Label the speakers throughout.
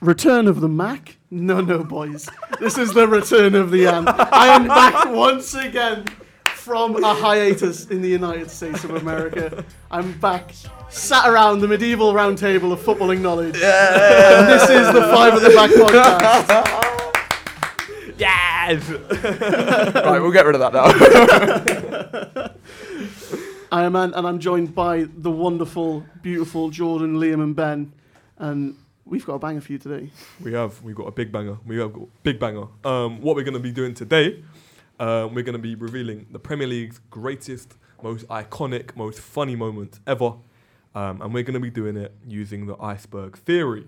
Speaker 1: Return of the Mac? No, no, boys. This is the return of the ant. I am back once again from a hiatus in the United States of America. I'm back, sat around the medieval round table of footballing knowledge. And this is the Five at the Back podcast.
Speaker 2: Yes. right, we'll get rid of that now.
Speaker 1: I am Ant, and I'm joined by the wonderful, beautiful Jordan, Liam, and Ben. And we've got a banger for you today.
Speaker 3: We have. We've got a big banger. We have got big banger. Um, what we're going to be doing today, um, we're going to be revealing the Premier League's greatest, most iconic, most funny moments ever. Um, and we're going to be doing it using the iceberg theory.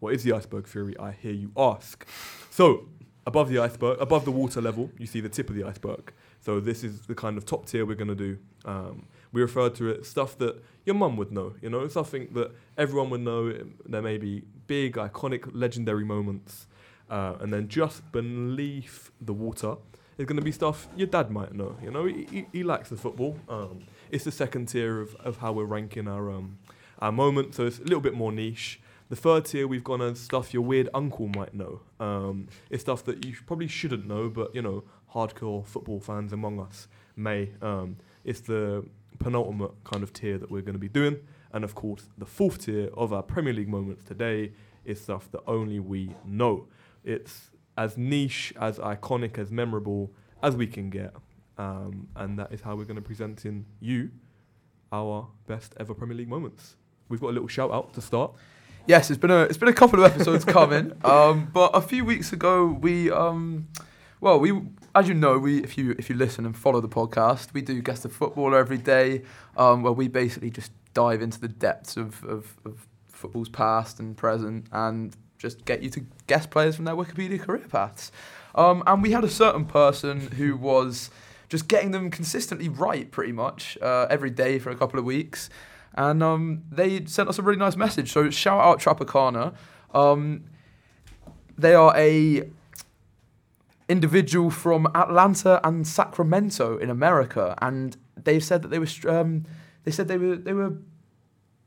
Speaker 3: What is the iceberg theory? I hear you ask. So, above the iceberg, above the water level, you see the tip of the iceberg. So, this is the kind of top tier we're going to do. Um, we refer to it stuff that your mum would know, you know, something that everyone would know. Um, There may be big, iconic, legendary moments. Uh, and then just beneath the water is going to be stuff your dad might know. You know, he, he, he likes the football. Um, it's the second tier of, of how we're ranking our, um, our moment, so it's a little bit more niche. The third tier, we've gone as stuff your weird uncle might know. Um, it's stuff that you sh- probably shouldn't know, but, you know, hardcore football fans among us may. Um, it's the penultimate kind of tier that we're going to be doing. And of course, the fourth tier of our Premier League moments today is stuff that only we know. It's as niche, as iconic, as memorable as we can get. Um, and that is how we're going to present in you our best ever Premier League moments. We've got a little shout out to start.
Speaker 2: yes, it's been a it's been a couple of episodes coming, um, but a few weeks ago we um, well we as you know we if you if you listen and follow the podcast we do guest the footballer every day um, where we basically just dive into the depths of, of, of football's past and present and just get you to guess players from their Wikipedia career paths. Um, and we had a certain person who was just getting them consistently right pretty much uh, every day for a couple of weeks. And um, they sent us a really nice message. So shout out Trapacana. Um, they are a individual from Atlanta and Sacramento in America, and they said that they were str- um, they said they were they were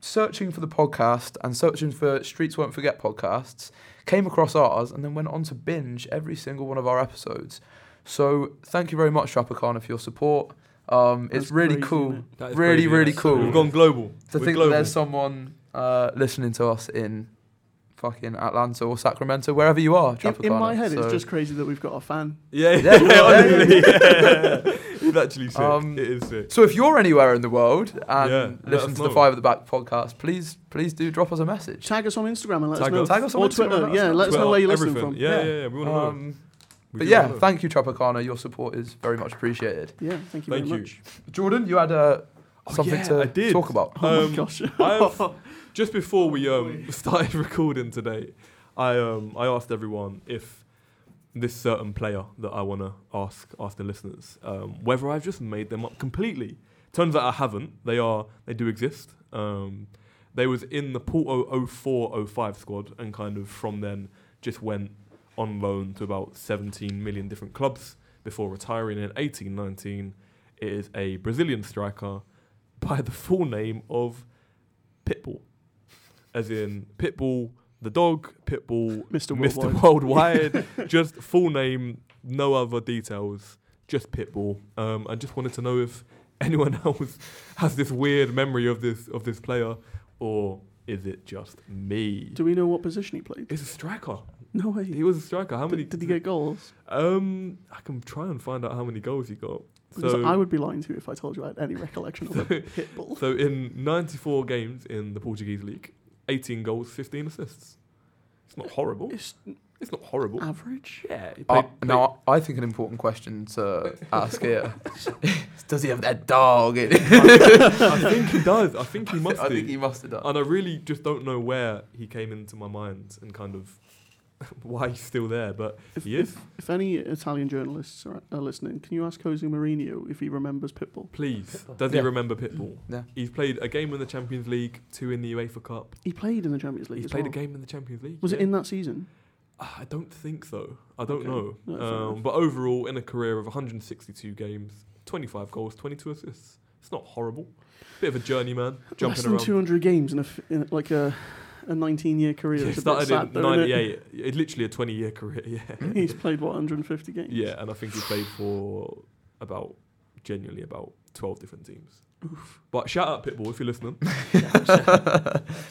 Speaker 2: searching for the podcast and searching for Streets Won't Forget podcasts, came across ours, and then went on to binge every single one of our episodes. So thank you very much, Trapacana, for your support. Um, it's
Speaker 1: That's
Speaker 2: really
Speaker 1: crazy,
Speaker 2: cool,
Speaker 1: isn't it?
Speaker 2: really really cool.
Speaker 3: We've gone global.
Speaker 2: to think
Speaker 3: We're
Speaker 2: that
Speaker 3: global.
Speaker 2: there's someone uh, listening to us in fucking Atlanta or Sacramento, wherever you are.
Speaker 1: In, in
Speaker 2: Trapacana.
Speaker 1: my head,
Speaker 2: So-
Speaker 1: it's just crazy that we've got a fan.
Speaker 3: Yeah,
Speaker 2: Yeah,
Speaker 3: yeah,
Speaker 2: yeah,
Speaker 3: honestly, yeah. It's actually sick.
Speaker 2: Um,
Speaker 3: it is sick.
Speaker 2: So if you're anywhere in the world and
Speaker 3: Yeah, let
Speaker 2: listen
Speaker 3: us
Speaker 2: to the
Speaker 3: know.
Speaker 2: Five at the Back podcast, please please do drop us a message.
Speaker 1: Tag us on Instagram and let
Speaker 3: Tag
Speaker 1: us know.
Speaker 3: us.
Speaker 2: Tag us on
Speaker 1: or
Speaker 2: Instagram
Speaker 1: Twitter.
Speaker 2: and let us
Speaker 1: yeah,
Speaker 2: know.
Speaker 1: let us know where you're listening
Speaker 3: Everything.
Speaker 1: from.
Speaker 3: Yeah,
Speaker 2: Yeah.
Speaker 3: yeah, yeah. We want to know.
Speaker 2: Um,
Speaker 3: We
Speaker 2: but
Speaker 3: do
Speaker 2: yeah,
Speaker 3: wanna know.
Speaker 2: thank you, Trapacana. Your support is very much appreciated.
Speaker 1: Yeah, thank you
Speaker 3: Thank
Speaker 1: very
Speaker 3: you.
Speaker 1: much.
Speaker 2: Jordan, you had uh,
Speaker 3: Oh,
Speaker 2: something
Speaker 3: yeah,
Speaker 2: to
Speaker 3: I did.
Speaker 2: talk about.
Speaker 1: Oh my
Speaker 3: Um,
Speaker 1: gosh.
Speaker 3: I've- just before we um, started recording today, I um, I asked everyone if this certain player that I want to ask ask the listeners um, whether I've just made them up completely. Turns out I haven't. They are they do exist. Um, they was in the Porto 04 05 squad and kind of from then just went on loan to about 17 million different clubs before retiring in 1819. It is a Brazilian striker by the full name of Pitbull, as in Pitbull the dog, Pitbull
Speaker 1: Mr.
Speaker 3: Mr. Worldwide, just full name, no other details, just Pitbull. Um, I just wanted to know if anyone else has this weird memory of this of this player, or is it just me?
Speaker 1: Do we know what position he played?
Speaker 3: It's a striker.
Speaker 1: No way.
Speaker 3: He was a striker. How many
Speaker 1: did, did he get goals?
Speaker 3: Um, I can try and find out how many goals he got.
Speaker 1: Because
Speaker 3: So
Speaker 1: I would be lying to you if I told you I had any recollection of a pit bull.
Speaker 3: So in 94 games in the Portuguese league, 18 goals, 15 assists. It's not horrible.
Speaker 1: It's Oh,
Speaker 3: It's not horrible.
Speaker 1: average.
Speaker 3: Yeah. he
Speaker 2: Uh,
Speaker 3: played-
Speaker 2: now, I think an important question to ask here is, does he have that dog? in-
Speaker 3: played- I think he does. I think he must
Speaker 2: I
Speaker 3: do.
Speaker 2: think he must have done.
Speaker 3: and I really just don't know where he came into my mind and kind of why he's still there. But
Speaker 1: If,
Speaker 3: he is.
Speaker 1: if, if any Italian journalists are, are listening, can you ask Jose Mourinho if he remembers Pitbull?
Speaker 3: Please, does
Speaker 2: Yeah.
Speaker 3: he remember Pitbull?
Speaker 2: Yeah.
Speaker 3: He's played a game in the Champions League, two in the UEFA Cup.
Speaker 1: He played in the Champions League.
Speaker 3: He's
Speaker 1: as
Speaker 3: played
Speaker 1: well.
Speaker 3: a game in the Champions League.
Speaker 1: Was it
Speaker 3: yeah.
Speaker 1: in that season?
Speaker 3: Ah, I don't think so. I don't
Speaker 1: Okay. No,
Speaker 3: know.
Speaker 1: fair enough.
Speaker 3: um, but overall, in a career of 162 games, 25 goals, 22 assists. It's not horrible. Bit of a journeyman,
Speaker 1: Less
Speaker 3: jumping
Speaker 1: than
Speaker 3: around.
Speaker 1: 200 games in, a, f- in like a a 19 year career.
Speaker 3: He
Speaker 1: It's a bit
Speaker 3: started
Speaker 1: sad,
Speaker 3: in
Speaker 1: though, innit?
Speaker 3: '98. It's literally a 20-year career. Yeah,
Speaker 1: He's played what 150 games.
Speaker 3: yeah, and I think he played for about genuinely about 12 different teams. But shout out Pitbull if you're listening.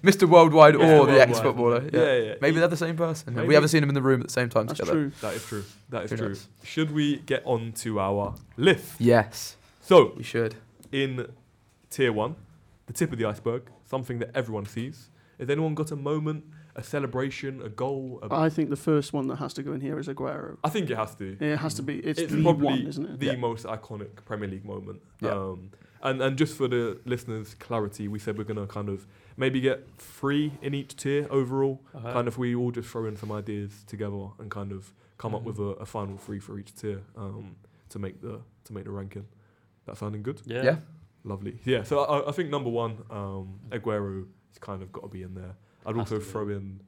Speaker 2: Mr. Worldwide
Speaker 3: Yeah,
Speaker 2: or the
Speaker 3: worldwide.
Speaker 2: ex footballer. Yeah.
Speaker 3: Yeah, yeah.
Speaker 2: Maybe they're the same person.
Speaker 3: Maybe.
Speaker 2: We haven't seen them in the room at the same time
Speaker 1: that's
Speaker 2: together.
Speaker 1: true.
Speaker 3: That is true. That is
Speaker 2: Who
Speaker 3: true.
Speaker 2: knows?
Speaker 3: Should we get on to our lift?
Speaker 2: Yes,
Speaker 3: So
Speaker 2: we should.
Speaker 3: in tier one, the tip of the iceberg, something that everyone sees. Has anyone got a moment, a celebration, a goal? A
Speaker 1: I think the first one that has to go in here is Aguero.
Speaker 3: I think it has to.
Speaker 1: Yeah, it has to be. It's,
Speaker 3: It's
Speaker 1: the
Speaker 3: probably
Speaker 1: one, isn't it?
Speaker 3: the
Speaker 2: Yeah.
Speaker 3: most iconic Premier League moment.
Speaker 2: Yeah.
Speaker 3: Um, and and just for the listeners' clarity, we said we're gonna kind of maybe get three in each tier overall.
Speaker 2: Uh-huh.
Speaker 3: Kind of we all just throw in some ideas together and kind of come up
Speaker 2: Mhm.
Speaker 3: with a, a final three for each tier um, to make the to make the ranking. That sounding good?
Speaker 4: Yeah.
Speaker 2: Yeah.
Speaker 3: Lovely. Yeah. So I, I think number one, um, Aguero has kind of got to be in there. I'd
Speaker 4: Mm. Has
Speaker 3: also
Speaker 4: to be.
Speaker 3: throw in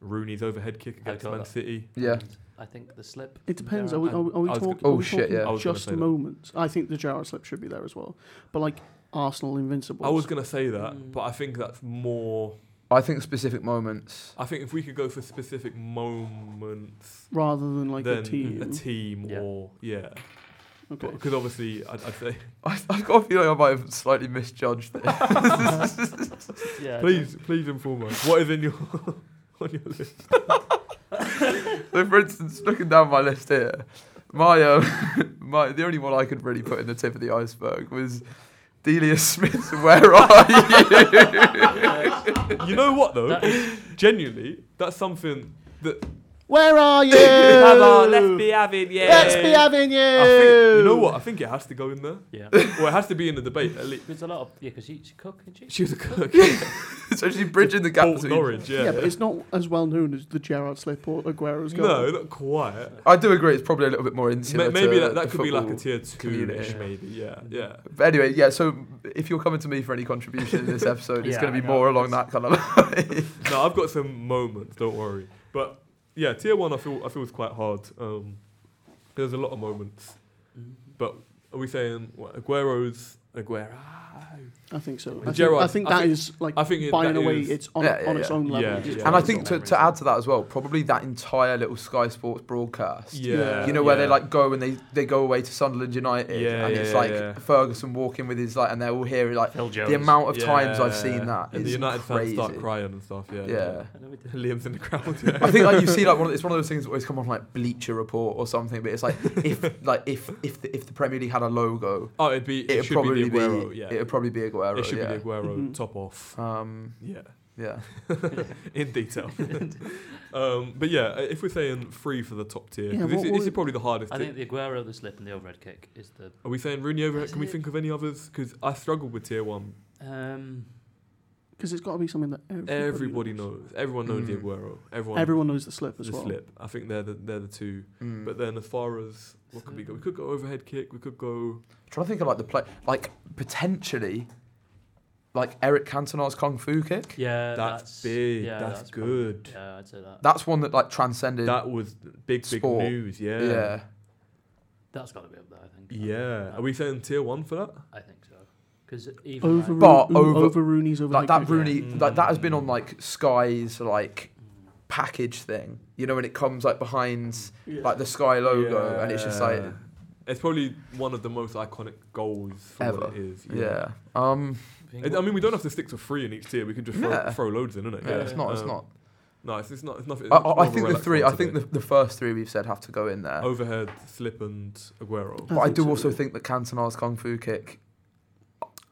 Speaker 3: Rooney's overhead kick against
Speaker 4: got
Speaker 3: Man
Speaker 4: that.
Speaker 3: City.
Speaker 2: Yeah.
Speaker 4: And I think the slip.
Speaker 1: It depends.
Speaker 4: Yeah,
Speaker 1: Are we,
Speaker 4: and
Speaker 1: are, we- are we
Speaker 3: I was
Speaker 1: talking?
Speaker 3: gonna-
Speaker 1: are
Speaker 2: Oh,
Speaker 1: we
Speaker 2: shit,
Speaker 1: talking
Speaker 2: yeah.
Speaker 3: I was gonna
Speaker 1: Just
Speaker 3: say that.
Speaker 1: moments. I think the Gerrard slip should be there as well. But like Arsenal invincible.
Speaker 3: I was gonna say that,
Speaker 4: Mm.
Speaker 3: but I think that's more.
Speaker 2: I think specific moments.
Speaker 3: I think if we could go for specific moments,
Speaker 1: rather than like
Speaker 3: then
Speaker 1: a team.
Speaker 3: a team
Speaker 4: Yeah.
Speaker 3: or yeah,
Speaker 1: okay.
Speaker 3: because obviously I'd, I'd say
Speaker 2: I, I've got a feeling I might have slightly misjudged this.
Speaker 4: Yeah.
Speaker 3: please, please inform us what is in your on your list.
Speaker 2: so, for instance, looking down my list here, my um, my the only one I could really put in the tip of the iceberg was Delia Smith. Where are you?
Speaker 3: You know what though?
Speaker 4: That is-
Speaker 3: Genuinely, that's something that
Speaker 1: Where are you?
Speaker 3: having yeah.
Speaker 1: Let's be having you.
Speaker 3: I think, you know what? I think it has to go in there.
Speaker 4: Yeah.
Speaker 3: Well, it has to be in the debate at least.
Speaker 4: There's a lot of yeah, because she, she cook and she.
Speaker 3: She was a cook.
Speaker 2: it's actually bridging the gap
Speaker 3: Bolt
Speaker 2: between.
Speaker 3: Norwich,
Speaker 1: Yeah,
Speaker 3: yeah.
Speaker 1: but it's not as well known as the Gerrard slip or Aguero's goal.
Speaker 3: no, not quite.
Speaker 2: I do agree. It's probably a little bit more
Speaker 3: Ma-
Speaker 2: insular.
Speaker 3: maybe
Speaker 2: to
Speaker 3: that, that
Speaker 2: the
Speaker 3: could be like a
Speaker 2: football.
Speaker 3: tier two
Speaker 2: community.
Speaker 3: ish, maybe. Yeah, yeah.
Speaker 2: But anyway, yeah. So if you're coming to me for any contribution in this episode, it's
Speaker 4: Yeah,
Speaker 2: going to
Speaker 4: I
Speaker 2: be
Speaker 4: know.
Speaker 2: more along that kind of.
Speaker 3: No, I've got some moments. Don't worry. But yeah, tier one, I feel I feel is quite hard. Um, there's a lot of moments.
Speaker 4: Mm-hmm.
Speaker 3: But are we saying what, Aguero's Aguero?
Speaker 1: I think so.
Speaker 3: And
Speaker 1: I think,
Speaker 3: Gerrard-
Speaker 1: I think
Speaker 3: I
Speaker 1: that
Speaker 3: think-
Speaker 1: is like
Speaker 3: I think it-
Speaker 1: by and
Speaker 3: that
Speaker 1: away
Speaker 3: is-
Speaker 1: it's on,
Speaker 2: Yeah, yeah,
Speaker 1: on its
Speaker 2: yeah.
Speaker 1: own level.
Speaker 3: Yeah,
Speaker 1: It's
Speaker 3: yeah.
Speaker 1: just
Speaker 2: and I
Speaker 1: on
Speaker 2: think
Speaker 1: its
Speaker 2: to,
Speaker 1: own.
Speaker 2: to add to that as well, probably that entire little Sky Sports broadcast.
Speaker 3: Yeah,
Speaker 2: You know where they
Speaker 3: yeah.
Speaker 2: like go and they, they go away to Sunderland United,
Speaker 3: Yeah,
Speaker 2: and
Speaker 3: yeah,
Speaker 2: it's
Speaker 3: yeah,
Speaker 2: like
Speaker 3: yeah.
Speaker 2: Ferguson walking with his like, and they're all hearing like
Speaker 4: Phil Jones.
Speaker 2: the amount of times I've
Speaker 3: Yeah.
Speaker 2: seen that
Speaker 3: And the
Speaker 2: is
Speaker 3: United
Speaker 2: crazy.
Speaker 3: fans start crying and stuff. Yeah,
Speaker 2: Yeah.
Speaker 4: And then we did-
Speaker 3: Liam's in the crowd. Yeah.
Speaker 2: I think like you see like one of, it's one of those things that always come on like Bleacher Report or something, but it's like if like if if the, if the Premier League had a logo,
Speaker 3: oh, it'd be.
Speaker 2: it'd
Speaker 3: It should
Speaker 2: probably
Speaker 3: be the Aguero. yeah.
Speaker 2: it'd probably be Aguero.
Speaker 3: it should
Speaker 2: yeah.
Speaker 3: be the Aguero
Speaker 1: Mhm.
Speaker 3: top off.
Speaker 2: Um,
Speaker 3: Yeah,
Speaker 2: yeah.
Speaker 3: in detail. um, but yeah, if we're saying three for the top tier,
Speaker 1: Yeah,
Speaker 3: 'cause this,
Speaker 1: what
Speaker 3: is-
Speaker 1: would-
Speaker 3: this is probably the hardest.
Speaker 4: I
Speaker 3: tier.
Speaker 4: think the Aguero, the slip, and the overhead kick is the.
Speaker 3: Are we saying Rooney overhead?
Speaker 4: Is
Speaker 3: Can we
Speaker 4: it-
Speaker 3: think of any others? Because I struggled with tier one.
Speaker 4: Um,
Speaker 1: because it's got to be something that everybody,
Speaker 3: Everybody knows. Everyone knows the
Speaker 2: Mm.
Speaker 3: Aguero. Everyone.
Speaker 1: Everyone knows the slip
Speaker 3: The
Speaker 1: as well.
Speaker 3: slip. I think they're the they're the two.
Speaker 2: Mm.
Speaker 3: But then as far as what could we go? We could go overhead kick. We could go.
Speaker 2: trying to think of like the play, like potentially, like Eric Cantona's kung fu kick.
Speaker 4: yeah,
Speaker 3: That's
Speaker 4: that's,
Speaker 3: big,
Speaker 4: Yeah,
Speaker 3: that's
Speaker 4: probably-
Speaker 3: good.
Speaker 4: yeah, I'd say that.
Speaker 2: That's one that like transcended.
Speaker 3: That was big big
Speaker 2: Sport.
Speaker 3: news. Yeah.
Speaker 2: yeah.
Speaker 4: That's got to be up there, I think.
Speaker 3: Yeah. Are we saying tier one for that?
Speaker 4: I think so. Because even
Speaker 1: Over,
Speaker 4: like-
Speaker 2: But
Speaker 1: Roo-
Speaker 2: over-
Speaker 1: over Rooney's over
Speaker 2: like that Rooney,
Speaker 3: Mm.
Speaker 2: like that has been on like Sky's like
Speaker 4: Mm.
Speaker 2: package thing. You know, when it comes like behind like the Sky logo, and it's just like
Speaker 3: Yeah. It's probably one of the most iconic goals for what
Speaker 2: Ever.
Speaker 3: it is.
Speaker 2: yeah. Um,
Speaker 4: Being
Speaker 3: It- I
Speaker 4: what-
Speaker 3: mean, we don't have to stick to three in each tier. We can just throw,
Speaker 2: Yeah.
Speaker 3: throw loads in,
Speaker 2: yeah,
Speaker 3: innit?
Speaker 2: it's not. It's
Speaker 3: Um,
Speaker 2: not.
Speaker 3: No, it's, it's not. It's nothing.
Speaker 2: I,
Speaker 3: it's
Speaker 2: I, I
Speaker 3: more of Oh, a
Speaker 2: think the
Speaker 3: relaxed
Speaker 2: three.
Speaker 3: one
Speaker 2: I think
Speaker 3: today.
Speaker 2: the, the first three we've said have to go in there.
Speaker 3: overhead slip and Aguero.
Speaker 2: but I,
Speaker 1: think
Speaker 2: do
Speaker 1: so,
Speaker 2: also
Speaker 1: yeah.
Speaker 2: think that Cantona's kung fu kick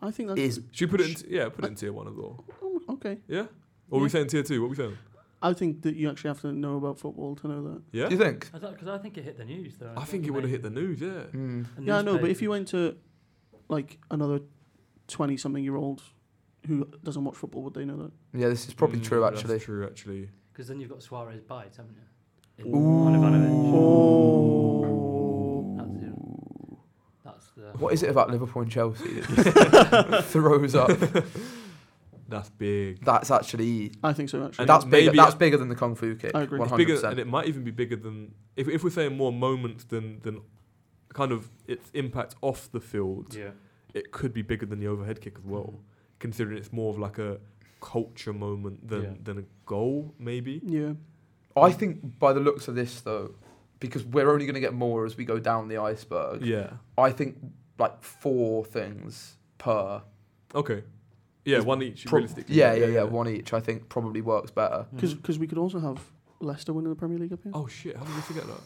Speaker 1: I think that's
Speaker 2: is
Speaker 3: Should we put it? In, yeah, put it in tier one as well.
Speaker 1: oh, okay.
Speaker 3: Yeah. Or we
Speaker 1: Yeah.
Speaker 3: saying tier two? What we saying?
Speaker 1: I think that you actually have to know about football to know that.
Speaker 3: Yeah.
Speaker 2: Do you think?
Speaker 4: I thought because I think it hit the news though.
Speaker 3: I think it would have hit the news. Yeah.
Speaker 2: Mm.
Speaker 1: Yeah, I know, but if you went to like another twenty-something-year-old who doesn't watch football, would they know that?
Speaker 2: Yeah, this is probably
Speaker 3: Mm,
Speaker 2: true
Speaker 3: that's
Speaker 2: actually.
Speaker 3: true, actually.
Speaker 4: because then you've got Suarez bites, haven't you? In- on Ivanovic.
Speaker 1: Oh.
Speaker 4: That's the, that's the
Speaker 2: What is it about Liverpool and Chelsea that just throws up?
Speaker 3: That's big.
Speaker 2: That's actually
Speaker 1: I think so. Actually,
Speaker 3: And
Speaker 2: that's bigger.
Speaker 3: maybe-
Speaker 2: That's bigger than the kung fu kick.
Speaker 1: I agree.
Speaker 2: One
Speaker 1: It's
Speaker 2: hundred
Speaker 3: Bigger, and
Speaker 2: percent.
Speaker 3: it might even be bigger than if if we're saying more moments than than kind of its impact off the field.
Speaker 4: yeah.
Speaker 3: It could be bigger than the overhead kick as well, considering it's more of like a culture moment than
Speaker 2: Yeah.
Speaker 3: than a goal, maybe.
Speaker 1: Yeah.
Speaker 2: I think by the looks of this, though, because we're only going to get more as we go down the iceberg.
Speaker 3: Yeah.
Speaker 2: I think like four things per.
Speaker 3: Okay. Yeah,
Speaker 2: It's
Speaker 3: one each.
Speaker 2: pro-
Speaker 3: realistically.
Speaker 2: yeah, yeah, yeah, One each. I think probably works better.
Speaker 1: Because we could also have Leicester winning the Premier League up here.
Speaker 3: Mm-hmm. Oh shit! How did we forget that?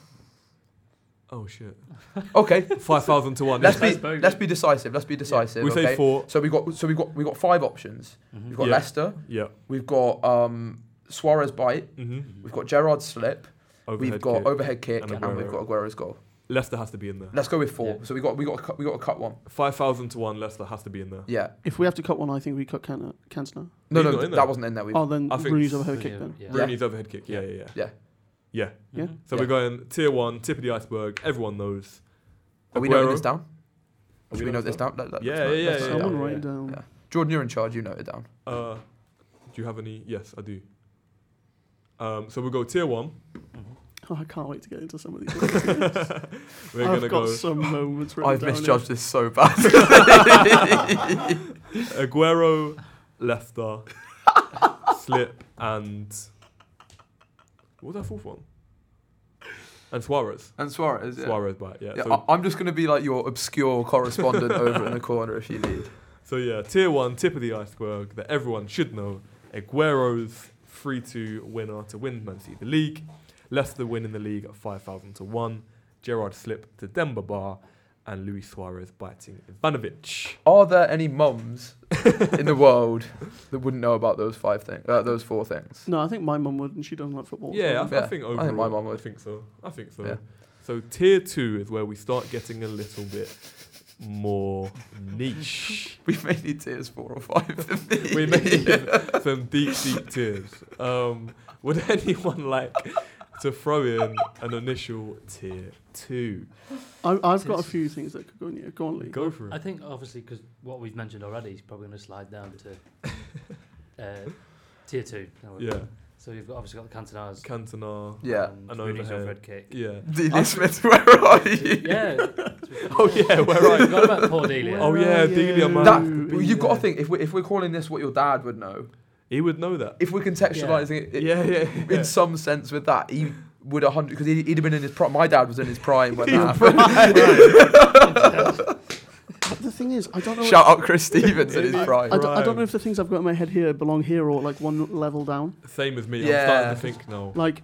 Speaker 3: Oh shit!
Speaker 2: Okay,
Speaker 3: Five thousand to one.
Speaker 2: let's
Speaker 3: yeah.
Speaker 2: be
Speaker 4: bogus.
Speaker 2: let's be decisive. Let's be decisive.
Speaker 3: we
Speaker 2: okay?
Speaker 3: say four.
Speaker 2: So we got so we got we got five options.
Speaker 4: Mm-hmm.
Speaker 2: We've got
Speaker 3: Yeah.
Speaker 2: Leicester.
Speaker 3: Yeah.
Speaker 2: We've got um, Suarez bite.
Speaker 3: Mm-hmm.
Speaker 2: We've got Gerard slip. we've got overhead kick,
Speaker 3: and
Speaker 2: and,
Speaker 3: Aguero.
Speaker 2: we've got Aguero's goal.
Speaker 3: Leicester has to be in there.
Speaker 2: Let's go with four.
Speaker 4: Yeah.
Speaker 2: So we got we got to cut- we got to cut one.
Speaker 3: Five thousand to one. Leicester has to be in there.
Speaker 2: Yeah.
Speaker 1: If we have to cut one, I think we cut Can- Cantona.
Speaker 2: No,
Speaker 3: He's
Speaker 2: no,
Speaker 3: not in
Speaker 2: th-
Speaker 3: there.
Speaker 2: that wasn't in there. We.
Speaker 1: Oh, then
Speaker 3: I think
Speaker 1: Rooney's
Speaker 3: s-
Speaker 1: overhead kick then.
Speaker 4: Yeah.
Speaker 3: Rooney's overhead kick. Yeah, yeah, yeah.
Speaker 2: Yeah.
Speaker 3: Yeah.
Speaker 1: Yeah.
Speaker 4: Mhm.
Speaker 3: So
Speaker 2: Yeah.
Speaker 3: we're going tier one, tip of the iceberg. Everyone knows.
Speaker 2: Are Oh, we
Speaker 3: Aguero.
Speaker 2: noting this down?
Speaker 3: Are
Speaker 2: Should we
Speaker 3: noting
Speaker 2: note this down? Let- let-
Speaker 3: Yeah,
Speaker 2: let's note-
Speaker 3: yeah,
Speaker 2: let's
Speaker 3: yeah,
Speaker 2: note it
Speaker 1: Someone
Speaker 2: down.
Speaker 3: yeah.
Speaker 1: write it down.
Speaker 2: Yeah. Jordan, you're in charge. You note it down.
Speaker 3: Uh, do you have any? Yes, I do. Um, so we'll go tier one.
Speaker 4: Mm-hmm.
Speaker 1: Oh, I can't wait to get into some of these.
Speaker 3: We're
Speaker 1: I've
Speaker 3: gonna
Speaker 1: got
Speaker 3: go
Speaker 1: some moments. written
Speaker 2: I've
Speaker 1: down
Speaker 2: misjudged this so bad.
Speaker 3: Aguero, Leicester, Slip, and what was that fourth one? And Suarez.
Speaker 2: and Suarez. Yeah.
Speaker 3: Suarez back, yeah.
Speaker 2: Yeah,
Speaker 3: so,
Speaker 2: I- I'm just going to be like your obscure correspondent over in the corner if you need.
Speaker 3: so yeah, tier one, tip of the iceberg that everyone should know. Aguero's three two winner to win Man City the league. Leicester win in the league at five thousand to one. Gerard Slip to Denver Bar, and Luis Suarez biting Ivanovic.
Speaker 2: Are there any mums in the world that wouldn't know about those five things? Uh, those four things.
Speaker 1: No, I think my mum would, and she doesn't like football.
Speaker 3: Yeah, I,
Speaker 1: so-
Speaker 3: th- I
Speaker 2: Yeah,
Speaker 3: think
Speaker 2: I think
Speaker 3: overall.
Speaker 2: my mum would.
Speaker 3: I think so. I think so.
Speaker 2: Yeah.
Speaker 3: So tier two is where we start getting a little bit more niche.
Speaker 2: We may need tiers four or five. of these.
Speaker 3: we may need some deep, deep tiers. Um, would anyone like to throw in an initial tier two?
Speaker 1: I, I've got a few things that could go in here. Go on, Lee.
Speaker 3: Go for
Speaker 4: I
Speaker 3: it.
Speaker 4: think obviously because what we've mentioned already is probably going to slide down to uh, tier two. now.
Speaker 3: Yeah,
Speaker 4: So you've got obviously got the Cantona's.
Speaker 3: Cantona.
Speaker 2: Yeah.
Speaker 4: And
Speaker 3: An
Speaker 4: Rooney's
Speaker 3: overhead.
Speaker 4: overhead kick.
Speaker 3: Yeah.
Speaker 2: Delia Smith, where are you?
Speaker 4: yeah.
Speaker 3: Oh yeah, where are
Speaker 4: We've
Speaker 3: you?
Speaker 4: got about poor Delia.
Speaker 3: Oh, yeah,
Speaker 1: Where
Speaker 3: Delia,
Speaker 1: are
Speaker 3: man.
Speaker 2: That,
Speaker 1: you?
Speaker 2: well, you've got to think if we're, if we're calling this what your dad would know,
Speaker 3: He would know that.
Speaker 2: if we're contextualizing it, it
Speaker 3: Yeah, yeah, yeah.
Speaker 2: in some sense with that, he would a hundred because he'd, he'd have been in his prime. My dad was in his prime when
Speaker 3: His
Speaker 2: that happened.
Speaker 1: The thing is, I don't know.
Speaker 2: Shout out Chris Stevens in his
Speaker 3: I-
Speaker 2: prime.
Speaker 1: I, I don't, I don't know
Speaker 3: Prime.
Speaker 1: if the things I've got in my head here belong here or like one level down.
Speaker 3: Same as me.
Speaker 2: Yeah.
Speaker 3: I'm starting to think now.
Speaker 1: Like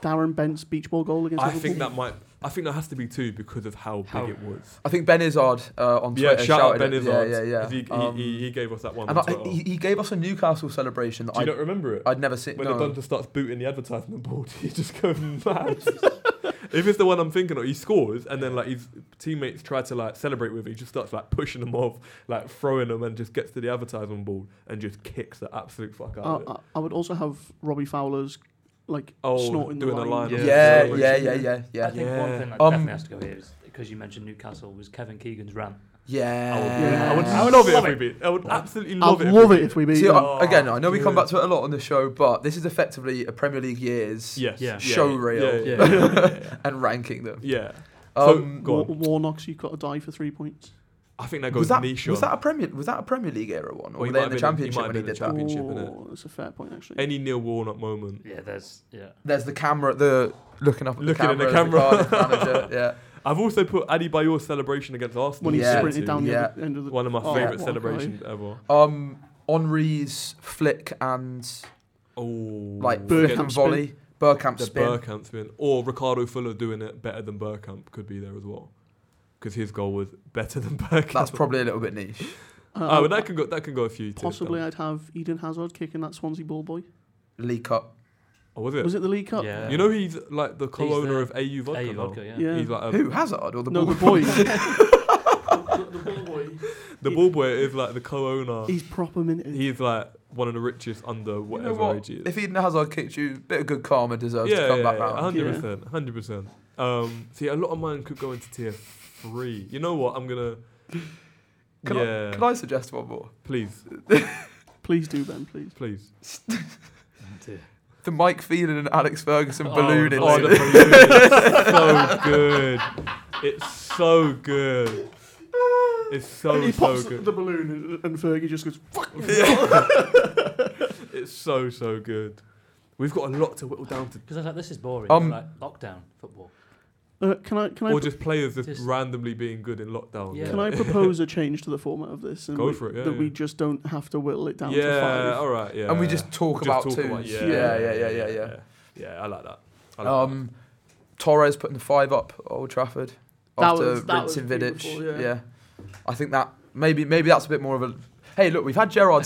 Speaker 1: Darren Bent's beach ball goal against
Speaker 3: I
Speaker 1: Liverpool.
Speaker 3: think that might. I think that has to be two because of how,
Speaker 4: How-
Speaker 3: big it was.
Speaker 2: I think Ben Izzard uh, on
Speaker 3: Yeah,
Speaker 2: Twitter
Speaker 3: shout out
Speaker 2: shouted
Speaker 3: Ben
Speaker 2: it.
Speaker 3: Izzard.
Speaker 2: Yeah, yeah, yeah.
Speaker 3: He, he,
Speaker 2: Um,
Speaker 3: he, he gave us that one.
Speaker 2: and
Speaker 3: on
Speaker 2: I,
Speaker 3: Twitter.
Speaker 2: he, he gave us a Newcastle celebration that
Speaker 3: Do you
Speaker 2: I'd,
Speaker 3: not remember it?
Speaker 2: I'd never seen.
Speaker 3: when
Speaker 2: no.
Speaker 3: the Dunter starts booting the advertisement board, he just goes mad. if it's the one I'm thinking of, he scores, and then like his teammates try to like celebrate with him, he just starts like pushing them off, like throwing them, and just gets to the advertisement board and just kicks the absolute fuck out. of it.
Speaker 1: I, I- I would also have Robbie Fowler's like
Speaker 3: Oh,
Speaker 1: snorting
Speaker 3: doing
Speaker 1: the
Speaker 3: a
Speaker 1: line.
Speaker 3: line
Speaker 2: yeah,
Speaker 3: of
Speaker 2: yeah,
Speaker 3: celebration.
Speaker 2: yeah, yeah, yeah, yeah.
Speaker 4: I think one
Speaker 3: Yeah.
Speaker 4: thing that
Speaker 2: Um,
Speaker 4: definitely has to go here is because you mentioned Newcastle was Kevin Keegan's run.
Speaker 3: I
Speaker 1: oh,
Speaker 3: would,
Speaker 2: Yeah.
Speaker 3: I would,
Speaker 4: I would
Speaker 3: love it if
Speaker 4: love
Speaker 3: we
Speaker 4: it.
Speaker 3: beat. I would absolutely
Speaker 1: I'd
Speaker 3: love it.
Speaker 1: love
Speaker 3: we
Speaker 1: it
Speaker 3: beat
Speaker 1: if we beat
Speaker 2: See,
Speaker 1: them.
Speaker 2: uh, again, I know we come
Speaker 3: dude.
Speaker 2: back to it a lot on the show, but this is effectively a Premier League years
Speaker 3: Yes.
Speaker 4: Yeah.
Speaker 2: show
Speaker 3: yeah,
Speaker 2: reel
Speaker 3: Yeah. Yeah. yeah, yeah, yeah.
Speaker 2: and ranking them.
Speaker 3: yeah. So,
Speaker 2: Um,
Speaker 3: go
Speaker 1: War-
Speaker 3: on.
Speaker 1: Warnock's, you've got to die for three points.
Speaker 3: I think that goes
Speaker 2: was that
Speaker 3: niche.
Speaker 2: was
Speaker 3: on-
Speaker 2: that a Premier was that a Premier League era one, or
Speaker 3: Well, he
Speaker 2: were they
Speaker 3: might
Speaker 2: in the
Speaker 3: have been- he
Speaker 2: Championship
Speaker 3: might
Speaker 2: when he
Speaker 3: have
Speaker 2: did
Speaker 3: been in
Speaker 2: that?
Speaker 3: the Championship,
Speaker 1: oh, that's a fair point actually.
Speaker 3: any Neil Warnock moment.
Speaker 4: Yeah, there's yeah.
Speaker 2: There's the camera, the looking up at
Speaker 3: Looking at
Speaker 2: the
Speaker 3: the
Speaker 2: camera, as
Speaker 3: camera.
Speaker 2: the Cardiff manager, yeah.
Speaker 3: I've also put Adi Bayor's celebration against Arsenal.
Speaker 1: when he
Speaker 2: Yeah.
Speaker 1: sprinted down
Speaker 2: Yeah.
Speaker 1: the other end of the
Speaker 3: One of my
Speaker 1: Oh,
Speaker 3: favourite
Speaker 1: what a guy.
Speaker 3: celebrations ever.
Speaker 2: Um, Henri's flick and
Speaker 3: Oh,
Speaker 2: like
Speaker 1: Bergkamp
Speaker 2: flick and
Speaker 1: spin.
Speaker 2: volley, Burkamp
Speaker 3: the
Speaker 2: spin.
Speaker 3: Burkamp spin, or Ricardo Fuller doing it better than Burkamp could be there as well, because his goal was better than Burkamp.
Speaker 2: That's probably a little bit niche.
Speaker 1: Uh,
Speaker 3: Oh, but that can go. That can go a few. tiers
Speaker 1: possibly uh, I'd
Speaker 3: down.
Speaker 1: have Eden Hazard kicking that Swansea ball boy.
Speaker 2: League Cup.
Speaker 3: Oh, was it?
Speaker 1: Was it the League Cup?
Speaker 4: Yeah.
Speaker 3: You know he's like the co-owner
Speaker 4: the
Speaker 3: of AU Vodka.
Speaker 4: Hey,
Speaker 3: now.
Speaker 4: vodka, yeah.
Speaker 1: Yeah.
Speaker 3: He's like a,
Speaker 2: Who Hazard or the
Speaker 1: no,
Speaker 2: ball?
Speaker 1: the boy. the, the ball boy.
Speaker 3: the ball boy is like the co-owner.
Speaker 1: He's proper minted.
Speaker 3: He's like one of the richest under
Speaker 2: You
Speaker 3: whatever
Speaker 2: know what?
Speaker 3: age he is.
Speaker 2: If Eden Hazard kicked you, bit of good karma deserves to
Speaker 3: yeah,
Speaker 2: come
Speaker 3: yeah,
Speaker 2: back
Speaker 3: yeah,
Speaker 2: round.
Speaker 3: hundred
Speaker 1: Yeah.
Speaker 3: percent, hundred percent. Um, see, a lot of mine could go into tier three. You know what? I'm gonna.
Speaker 2: Can I-
Speaker 3: yeah,
Speaker 2: Can I suggest one more?
Speaker 3: please,
Speaker 1: Please do, Ben. Please.
Speaker 3: please.
Speaker 2: The Mike Phelan and Alex Ferguson
Speaker 4: Oh,
Speaker 2: balloon
Speaker 4: no.
Speaker 3: Oh, the
Speaker 2: incident.
Speaker 3: balloon. It's so good. It's so good. It's so
Speaker 1: and he
Speaker 3: so
Speaker 1: pops
Speaker 3: good.
Speaker 1: the balloon, and, and Fergie just goes, "Fuck." you."
Speaker 3: it's so so good. We've got a lot to whittle down to,
Speaker 4: Because I was like, this is boring.
Speaker 2: Um,
Speaker 4: like lockdown football.
Speaker 1: Uh, can I can I
Speaker 3: or just players just,
Speaker 4: Just-
Speaker 3: randomly being good in lockdown.
Speaker 4: Yeah.
Speaker 1: can I propose a change to the format of this? And
Speaker 3: Go
Speaker 1: we-
Speaker 3: for it, yeah,
Speaker 1: that we
Speaker 3: yeah.
Speaker 1: just don't have to whittle it down to
Speaker 3: yeah,
Speaker 1: five.
Speaker 3: all right, yeah.
Speaker 2: And we just talk
Speaker 3: Just
Speaker 2: about
Speaker 3: talk
Speaker 2: twos.
Speaker 3: yeah,
Speaker 2: yeah, yeah, yeah, yeah,
Speaker 3: yeah.
Speaker 2: yeah.
Speaker 3: Yeah, I like that. I like
Speaker 2: Um, Torres putting the five up at Old Trafford
Speaker 1: That
Speaker 2: after
Speaker 1: was- that
Speaker 2: rinsing
Speaker 1: was
Speaker 2: Vidic.
Speaker 1: beautiful, yeah.
Speaker 2: I think that maybe maybe that's a bit more of a. Hey, look, we've had Gerard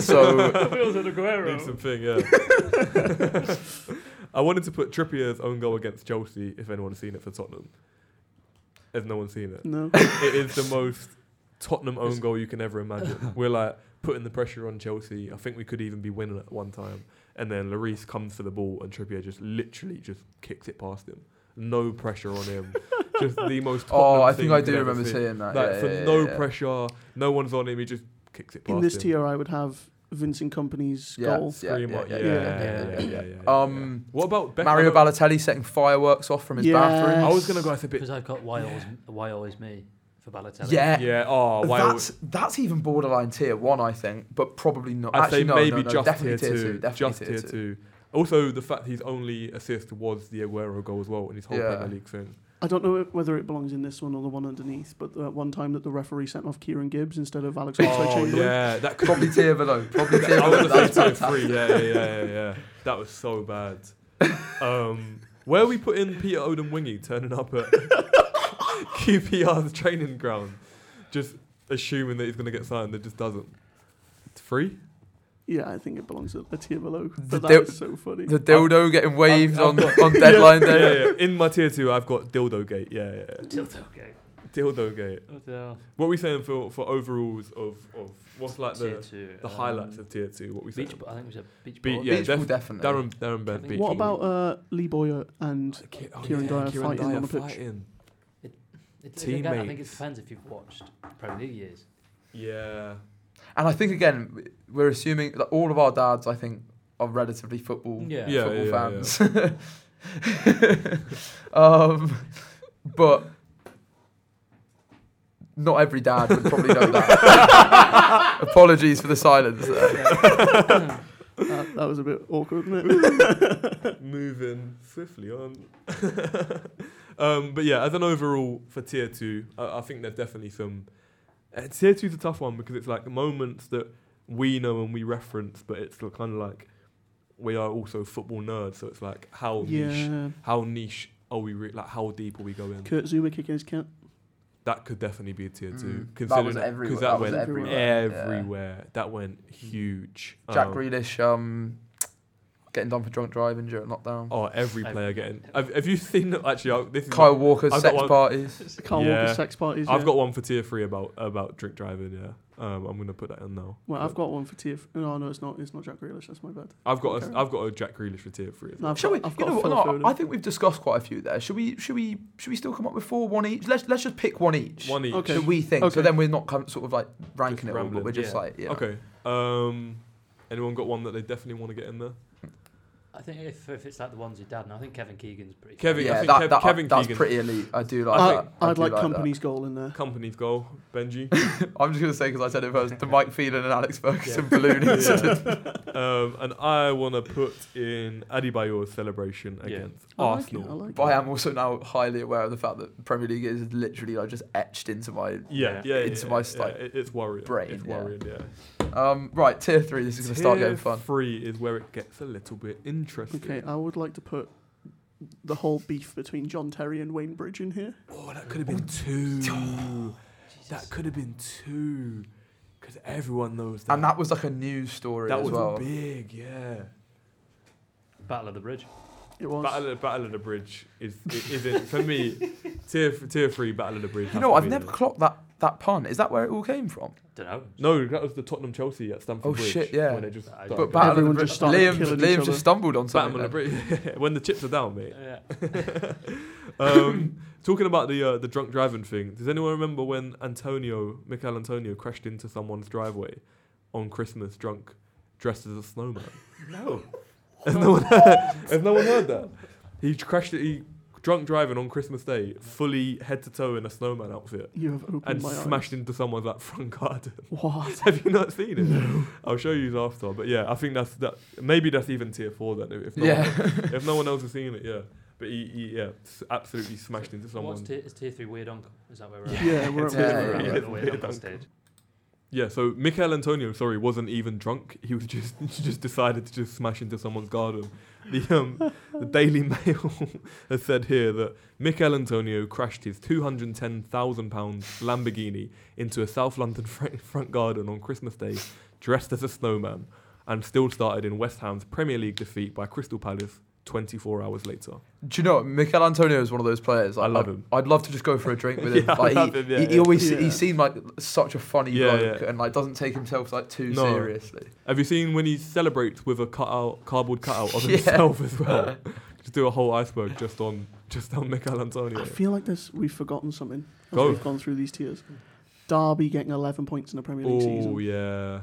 Speaker 2: so
Speaker 3: that. Need something, yeah. I wanted to put Trippier's own goal against Chelsea. If anyone's seen it for Tottenham, has no one seen it?
Speaker 1: No.
Speaker 3: it is the most Tottenham own goal you can ever imagine. We're like putting the pressure on Chelsea. I think we could even be winning at one time. And then Lloris comes for the ball and Trippier just literally just kicks it past him. No pressure on him. just the most. Tottenham
Speaker 2: oh, I think
Speaker 3: thing you
Speaker 2: I
Speaker 3: could
Speaker 2: do
Speaker 3: ever
Speaker 2: remember
Speaker 3: see.
Speaker 2: seeing that.
Speaker 3: Like
Speaker 2: yeah,
Speaker 3: for
Speaker 2: yeah,
Speaker 3: no
Speaker 2: yeah.
Speaker 3: pressure, no one's on him. He just kicks it past
Speaker 1: In this
Speaker 3: him.
Speaker 1: tier, I would have Vincent Company's
Speaker 2: Yeah,
Speaker 1: goal.
Speaker 2: yeah,
Speaker 3: Pretty much,
Speaker 2: yeah,
Speaker 3: yeah,
Speaker 1: yeah,
Speaker 3: yeah,
Speaker 4: yeah,
Speaker 3: yeah,
Speaker 2: yeah.
Speaker 3: yeah, yeah,
Speaker 2: Um,
Speaker 3: yeah. what about Beckham?
Speaker 2: Mario Balotelli setting fireworks off from his
Speaker 1: Yes.
Speaker 2: bathroom.
Speaker 3: I was gonna go. I said,
Speaker 4: Because I've got why always why always me for Balotelli.
Speaker 2: Yeah.
Speaker 3: yeah. Oh, why?
Speaker 2: that's that's even borderline tier one, I think, but probably not.
Speaker 3: I'd
Speaker 2: Actually,
Speaker 3: say
Speaker 2: no, no,
Speaker 3: maybe
Speaker 2: no,
Speaker 3: just
Speaker 2: definitely
Speaker 3: tier two.
Speaker 2: definitely
Speaker 3: just tier two. Also, the fact his only assist was the Aguero goal as well in his whole
Speaker 2: Yeah.
Speaker 3: Premier League thing.
Speaker 1: I don't know whether it belongs in this one or the one underneath, but that one time that the referee sent off Kieran Gibbs instead of Alex
Speaker 3: Oh
Speaker 1: Oxlade-Chamberlain.
Speaker 3: yeah, that could
Speaker 2: Probably tier below. Probably tier
Speaker 3: I
Speaker 2: below.
Speaker 3: was gonna
Speaker 2: That's
Speaker 3: say tier
Speaker 2: fantastic.
Speaker 3: three. Yeah, yeah, yeah, yeah, yeah. That was so bad. Um, where we put in Peter Odom Wingy turning up at QPR's training ground, just assuming that he's gonna get signed, that just doesn't. It's free.
Speaker 1: Yeah, I think it belongs at a tier below. But
Speaker 2: The
Speaker 1: that
Speaker 2: dil-
Speaker 1: is so funny.
Speaker 2: The dildo getting waved
Speaker 3: I've
Speaker 2: on,
Speaker 3: got-
Speaker 2: on deadline
Speaker 3: Yeah,
Speaker 2: day.
Speaker 3: yeah. In my tier two, I've got Dildo Gate. Yeah, yeah. yeah.
Speaker 4: Okay.
Speaker 3: Dildo Gate.
Speaker 4: Oh,
Speaker 3: What are we saying for for overalls of of what's like
Speaker 4: tier
Speaker 3: the
Speaker 4: two.
Speaker 3: the
Speaker 4: um,
Speaker 3: highlights of tier two? What we saying?
Speaker 4: beach. I think we said beach.
Speaker 3: Be-
Speaker 4: ball.
Speaker 3: yeah,
Speaker 2: Beach ball,
Speaker 3: def-
Speaker 2: definitely.
Speaker 3: Darren Darren Ben.
Speaker 4: Kevin
Speaker 3: Beach.
Speaker 1: what about uh, Lee Boyer and
Speaker 3: Ki- oh,
Speaker 1: Kieran Dyer fighting on the pitch?
Speaker 3: fighting.
Speaker 4: It's, again, I think it
Speaker 3: teammates.
Speaker 4: depends if you've watched Premier League years.
Speaker 3: Yeah.
Speaker 2: And I think again, we're assuming that all of our dads, I think, are relatively football
Speaker 4: Yeah.
Speaker 3: Yeah,
Speaker 2: football
Speaker 3: yeah, yeah.
Speaker 2: fans. um, but not every dad would probably know that. Apologies for the silence. there.
Speaker 1: that, that was a bit awkward, wasn't it?
Speaker 3: Moving swiftly on. um, but yeah, as an overall for tier two, I, I think there's definitely some. Uh, tier two's a tough one because it's like moments that we know and we reference, but it's kind of like we are also football nerds, so it's like how niche,
Speaker 1: yeah.
Speaker 3: how niche are we? Re- like how deep are we going?
Speaker 1: Kurt Zuma kicking his cat.
Speaker 3: that could definitely be a tier two.
Speaker 2: Mm. That
Speaker 3: Considering
Speaker 2: was everywhere.
Speaker 3: Because
Speaker 2: That,
Speaker 3: that,
Speaker 2: was
Speaker 3: went
Speaker 2: everywhere. yeah.
Speaker 3: everywhere. That went huge.
Speaker 2: Jack
Speaker 3: Um,
Speaker 2: Grealish um, getting done for drunk driving during lockdown.
Speaker 3: Oh, every
Speaker 4: Every-
Speaker 3: player getting. Have, have you seen? Actually, I, this is
Speaker 2: Kyle Walker's
Speaker 3: I've got
Speaker 2: sex
Speaker 3: one-
Speaker 2: parties.
Speaker 1: Carl
Speaker 3: Yeah.
Speaker 1: Walker's sex parties.
Speaker 3: I've
Speaker 1: yeah.
Speaker 3: got one for tier three about about drink driving. Yeah, um, I'm gonna put that in now.
Speaker 1: Well, I've got one for tier. F- no, no, it's not. It's not Jack Grealish. That's my bad.
Speaker 3: I've got
Speaker 1: Okay.
Speaker 3: a, I've got a Jack Grealish for tier three. as
Speaker 1: No,
Speaker 3: well.
Speaker 1: I've
Speaker 2: Shall we?
Speaker 1: got, I've
Speaker 2: you
Speaker 1: got
Speaker 2: know
Speaker 1: a Phil
Speaker 2: what? no,
Speaker 1: Foden.
Speaker 2: I think we've discussed quite a few there. Should we? Should we? Should we still come up with four, one each? Let's let's just pick one each.
Speaker 3: One each.
Speaker 1: Okay.
Speaker 2: That we think. So
Speaker 1: Okay.
Speaker 2: then we're not com- sort of like ranking it
Speaker 3: Just
Speaker 2: all, but
Speaker 3: rambling,
Speaker 2: we're just
Speaker 4: yeah.
Speaker 2: like yeah.
Speaker 3: Okay. Um, anyone got one that they definitely want to get in there?
Speaker 4: I think if, if it's like the ones your dad, and I think Kevin Keegan's pretty.
Speaker 3: Kevin- I
Speaker 2: Yeah,
Speaker 3: think
Speaker 2: that,
Speaker 3: Kev-
Speaker 2: that,
Speaker 3: Kevin
Speaker 2: that's
Speaker 3: Keegan-
Speaker 2: pretty elite. I do like
Speaker 1: I,
Speaker 2: that.
Speaker 1: I'd
Speaker 2: do
Speaker 1: like
Speaker 2: that.
Speaker 1: company's goal in there.
Speaker 3: Company's goal, Benji.
Speaker 2: I'm just gonna say because I said it first. The Mike Phelan and Alex Ferguson
Speaker 3: Yeah.
Speaker 2: balloon
Speaker 3: Yeah.
Speaker 2: incident.
Speaker 3: um, and I want to put in Adebayor's celebration
Speaker 4: Yeah.
Speaker 3: against
Speaker 1: I like it,
Speaker 3: Arsenal.
Speaker 1: I like
Speaker 2: But I am also now highly aware of the fact that Premier League is literally like just etched into my
Speaker 3: Yeah, yeah, yeah
Speaker 2: Into
Speaker 3: yeah,
Speaker 2: my,
Speaker 3: yeah,
Speaker 2: like,
Speaker 3: it- It's worrying.
Speaker 2: brain,
Speaker 3: It's
Speaker 2: yeah.
Speaker 3: worrying. Yeah.
Speaker 2: um right tier three. This is gonna start getting fun.
Speaker 3: Three is where it gets a little bit interesting.
Speaker 1: Okay, I would like to put the whole beef between John Terry and Wayne Bridge in here.
Speaker 3: Oh, that could have been two. that could have been two, because everyone knows that.
Speaker 2: And that was like a news story
Speaker 3: that
Speaker 2: as
Speaker 3: was
Speaker 2: well.
Speaker 3: big, yeah.
Speaker 4: Battle of the Bridge.
Speaker 1: It was.
Speaker 3: Battle of, Battle of the Bridge is is, is it for me? Tier f- tier three, Battle of the Bridge.
Speaker 2: You
Speaker 3: has
Speaker 2: know,
Speaker 3: to
Speaker 2: I've
Speaker 3: be
Speaker 2: never
Speaker 3: there.
Speaker 2: clocked that that pun. Is that where it all came from?
Speaker 4: Don't know.
Speaker 3: No, that was the Tottenham Chelsea at Stamford
Speaker 2: Oh,
Speaker 3: Bridge.
Speaker 2: shit, yeah.
Speaker 3: When they just
Speaker 4: But
Speaker 3: started-
Speaker 2: But
Speaker 4: But
Speaker 2: Battle
Speaker 1: everyone
Speaker 2: of the
Speaker 1: just
Speaker 2: Bri-
Speaker 1: started
Speaker 2: Liam,
Speaker 1: killing
Speaker 2: Liam
Speaker 1: each
Speaker 2: just
Speaker 1: other.
Speaker 2: stumbled on something.
Speaker 3: Battle of the
Speaker 2: there.
Speaker 3: Bridge. when the chips are down, mate.
Speaker 4: Yeah.
Speaker 3: um, talking about the uh, the drunk driving thing, does anyone remember when Antonio, Michael Antonio, crashed into someone's driveway on Christmas drunk, dressed as a snowman?
Speaker 4: No.
Speaker 3: Has no one heard, has no one heard that? He crashed. He drunk driving on Christmas Day, fully head to toe in a snowman outfit,
Speaker 1: You have opened
Speaker 3: and
Speaker 1: my
Speaker 3: smashed into someone's like front garden.
Speaker 1: eyes. What?
Speaker 3: Have you not seen it? I'll show you after. But yeah, I think that's that. Maybe that's even tier four then. If no
Speaker 2: Yeah.
Speaker 3: one else, if no one else has seen it, yeah. But he, he yeah, s- absolutely smashed into someone.
Speaker 4: What's tier, is tier three weird uncle? Is that where we're at?
Speaker 1: Yeah, we're
Speaker 3: it's
Speaker 1: at
Speaker 2: Yeah,
Speaker 4: We're
Speaker 2: yeah,
Speaker 4: at
Speaker 3: yeah.
Speaker 4: the weird
Speaker 3: Weird
Speaker 4: uncle
Speaker 3: uncle.
Speaker 4: stage.
Speaker 3: yeah. So Michael Antonio, sorry, wasn't even drunk. He was just he just decided to just smash into someone's garden. The um the Daily Mail has said here that Michael Antonio crashed his two hundred ten thousand pound Lamborghini into a South London front, front garden on Christmas Day, dressed as a snowman, and still started in West Ham's Premier League defeat by Crystal Palace. 24 hours later.
Speaker 2: Do you know what? Mikel Antonio is one of those players.
Speaker 3: I love him.
Speaker 2: I'd love to just go for a drink with him.
Speaker 3: Yeah, I
Speaker 2: like,
Speaker 3: love
Speaker 2: he,
Speaker 3: him, yeah,
Speaker 2: he, he
Speaker 3: yeah.
Speaker 2: always
Speaker 1: Yeah.
Speaker 2: he seemed like such a funny
Speaker 3: Yeah,
Speaker 2: bloke
Speaker 3: yeah.
Speaker 2: and like doesn't take himself like too
Speaker 3: No.
Speaker 2: seriously.
Speaker 3: Have you seen when he celebrates with a cutout, cardboard cutout of
Speaker 2: Yeah.
Speaker 3: himself as well? just do a whole iceberg just on just on Mikel Antonio.
Speaker 1: I feel like this. We've forgotten something. as
Speaker 3: Go.
Speaker 1: We've gone through these tiers. Derby getting 11 points in the Premier League season.
Speaker 3: Oh yeah,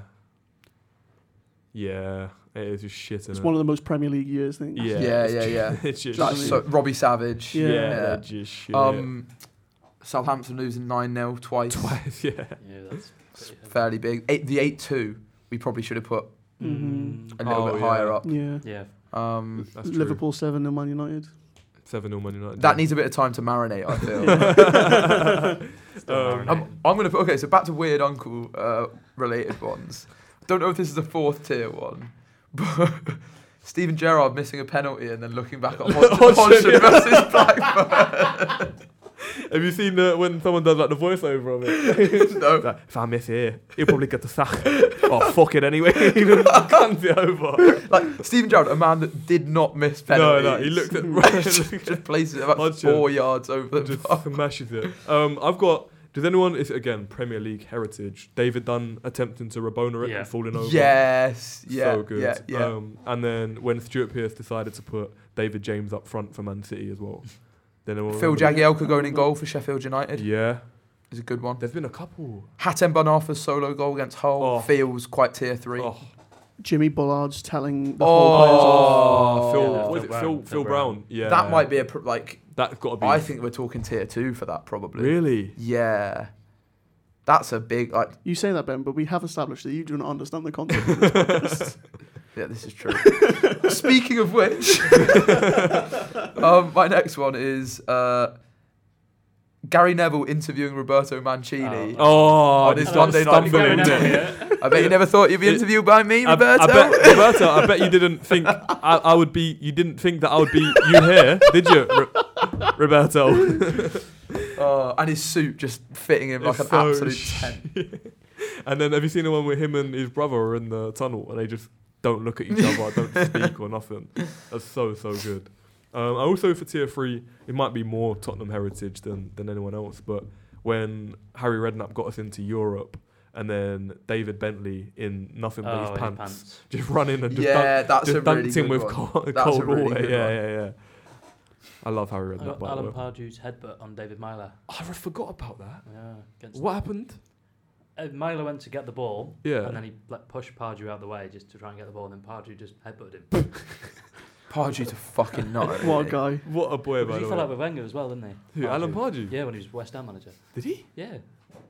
Speaker 3: yeah. It is just shit. Isn't
Speaker 1: It's
Speaker 3: it?
Speaker 1: one of the most Premier League years, I think.
Speaker 3: yeah,
Speaker 2: Yeah,
Speaker 3: it's
Speaker 2: yeah,
Speaker 3: ju-
Speaker 2: yeah.
Speaker 3: it's just
Speaker 1: Like,
Speaker 2: Like,
Speaker 3: shit.
Speaker 2: so, Robbie Savage.
Speaker 3: yeah,
Speaker 1: Yeah.
Speaker 3: they're just shit.
Speaker 2: Um, Southampton losing 9 0 twice.
Speaker 3: Twice, yeah.
Speaker 4: Yeah, that's
Speaker 2: It's
Speaker 4: pretty heavy.
Speaker 2: fairly big. Eight, the 8 2, we probably should have put
Speaker 1: Mhm.
Speaker 2: mm-hmm. a little
Speaker 3: Oh,
Speaker 2: bit
Speaker 3: yeah.
Speaker 2: higher up.
Speaker 1: Yeah.
Speaker 4: Yeah,
Speaker 2: Um,
Speaker 3: That's true.
Speaker 1: Liverpool 7 and Man United.
Speaker 3: seven 0 Man United.
Speaker 2: that needs a bit of time to marinate, I feel.
Speaker 4: still
Speaker 3: Um,
Speaker 4: marinating.
Speaker 2: I'm, I'm gonna put okay. So back to weird uncle uh, related ones. Don't know if this is a fourth tier one, but Stephen Gerrard missing a penalty and then looking back at Hodgson,
Speaker 3: Hodgson, yeah.
Speaker 2: Hodgson versus Blackburn.
Speaker 3: Have you seen uh, when someone does like the voiceover of it?
Speaker 2: No.
Speaker 3: Like, if I miss here, you'll probably get the sack. oh fuck it anyway. Can't it over.
Speaker 2: like Stephen Gerrard, a man that did not miss
Speaker 3: No,
Speaker 2: penalties.
Speaker 3: no, he looked at
Speaker 2: just places it about
Speaker 3: Hodgson.
Speaker 2: four yards over the
Speaker 3: just
Speaker 2: bar.
Speaker 3: smashes it. Um, I've got. Does anyone? It's again Premier League heritage. David Dunn attempting to Rabona it
Speaker 4: Yeah.
Speaker 3: and falling over.
Speaker 2: Yes, yeah,
Speaker 3: so good.
Speaker 2: yeah, yeah.
Speaker 3: Um, and then when Stuart Pearce decided to put David James up front for Man City as well, then anyone
Speaker 2: Phil
Speaker 3: remember-
Speaker 2: Jagielka going in goal for Sheffield United
Speaker 3: Yeah,
Speaker 2: is a good one.
Speaker 3: there's been a couple.
Speaker 2: Hatem Banafa's solo goal against Hull
Speaker 3: Oh.
Speaker 2: feels quite tier three.
Speaker 3: Oh,
Speaker 1: Jimmy Bullard's telling the
Speaker 2: Oh.
Speaker 1: whole players off.
Speaker 2: Oh,
Speaker 3: Phil,
Speaker 4: yeah,
Speaker 3: what is
Speaker 4: Phil
Speaker 3: it?
Speaker 4: Brown,
Speaker 3: Phil,
Speaker 4: Phil
Speaker 3: Phil Brown.
Speaker 4: Brown.
Speaker 3: Yeah,
Speaker 2: That might be a pr- like
Speaker 3: That's got to be.
Speaker 2: I think we're talking tier two for that probably.
Speaker 3: really.
Speaker 2: Yeah. That's a big like
Speaker 1: You say that, Ben, but we have established that you do not understand the concept.
Speaker 2: yeah, this is true. Speaking of which um, my next one is uh, Gary Neville interviewing Roberto Mancini.
Speaker 3: Oh,
Speaker 2: On his
Speaker 3: this
Speaker 2: Monday night
Speaker 3: stumbling.
Speaker 2: Gary
Speaker 3: isn't it?
Speaker 2: Neville, I bet you never thought you'd be interviewed by me,
Speaker 3: Oh. I, I
Speaker 2: Roberto.
Speaker 3: bet, Roberto, I bet you didn't think I, I would be. You didn't think that I would be you here, did you, Ro- Roberto?
Speaker 2: Oh, and his suit just fitting him like
Speaker 3: It's
Speaker 2: an
Speaker 3: so
Speaker 2: absolute
Speaker 3: sh-
Speaker 2: tent.
Speaker 3: and then have you seen the one where him and his brother are in the tunnel and they just don't look at each other, don't speak or nothing? That's so so good. Um, I also for tier three, it might be more Tottenham heritage than than anyone else, but when Harry Redknapp got us into Europe, and then David Bentley in nothing but
Speaker 4: Oh,
Speaker 3: his
Speaker 4: his
Speaker 3: pants,
Speaker 4: pants.
Speaker 3: just running and just dunk-
Speaker 2: yeah, that's
Speaker 3: just
Speaker 2: a
Speaker 3: dunked
Speaker 2: really
Speaker 3: him
Speaker 2: good
Speaker 3: with
Speaker 2: one.
Speaker 3: cold,
Speaker 2: That's a
Speaker 3: cold
Speaker 2: really
Speaker 3: water.
Speaker 2: good
Speaker 3: Yeah,
Speaker 2: one.
Speaker 3: yeah, yeah. I love Harry Redknapp.
Speaker 4: Alan,
Speaker 3: By the way.
Speaker 4: Uh, Alan Pardew's headbutt on David Myler.
Speaker 3: I forgot about that.
Speaker 4: Yeah, against
Speaker 3: What happened?
Speaker 4: uh, Myler went to get the ball,
Speaker 3: Yeah.
Speaker 4: and then he like, pushed Pardew out the way just to try and get the ball, and then Pardew just headbutted him.
Speaker 2: Pardew to fucking
Speaker 1: what
Speaker 2: nut. Oh, really.
Speaker 1: a guy.
Speaker 3: What a boy, by
Speaker 4: he
Speaker 3: the
Speaker 4: fell out
Speaker 3: way.
Speaker 4: with Wenger as well, didn't he?
Speaker 3: Who, Alan Pardew?
Speaker 4: Yeah, when he was West Ham manager.
Speaker 3: Did he?
Speaker 4: Yeah,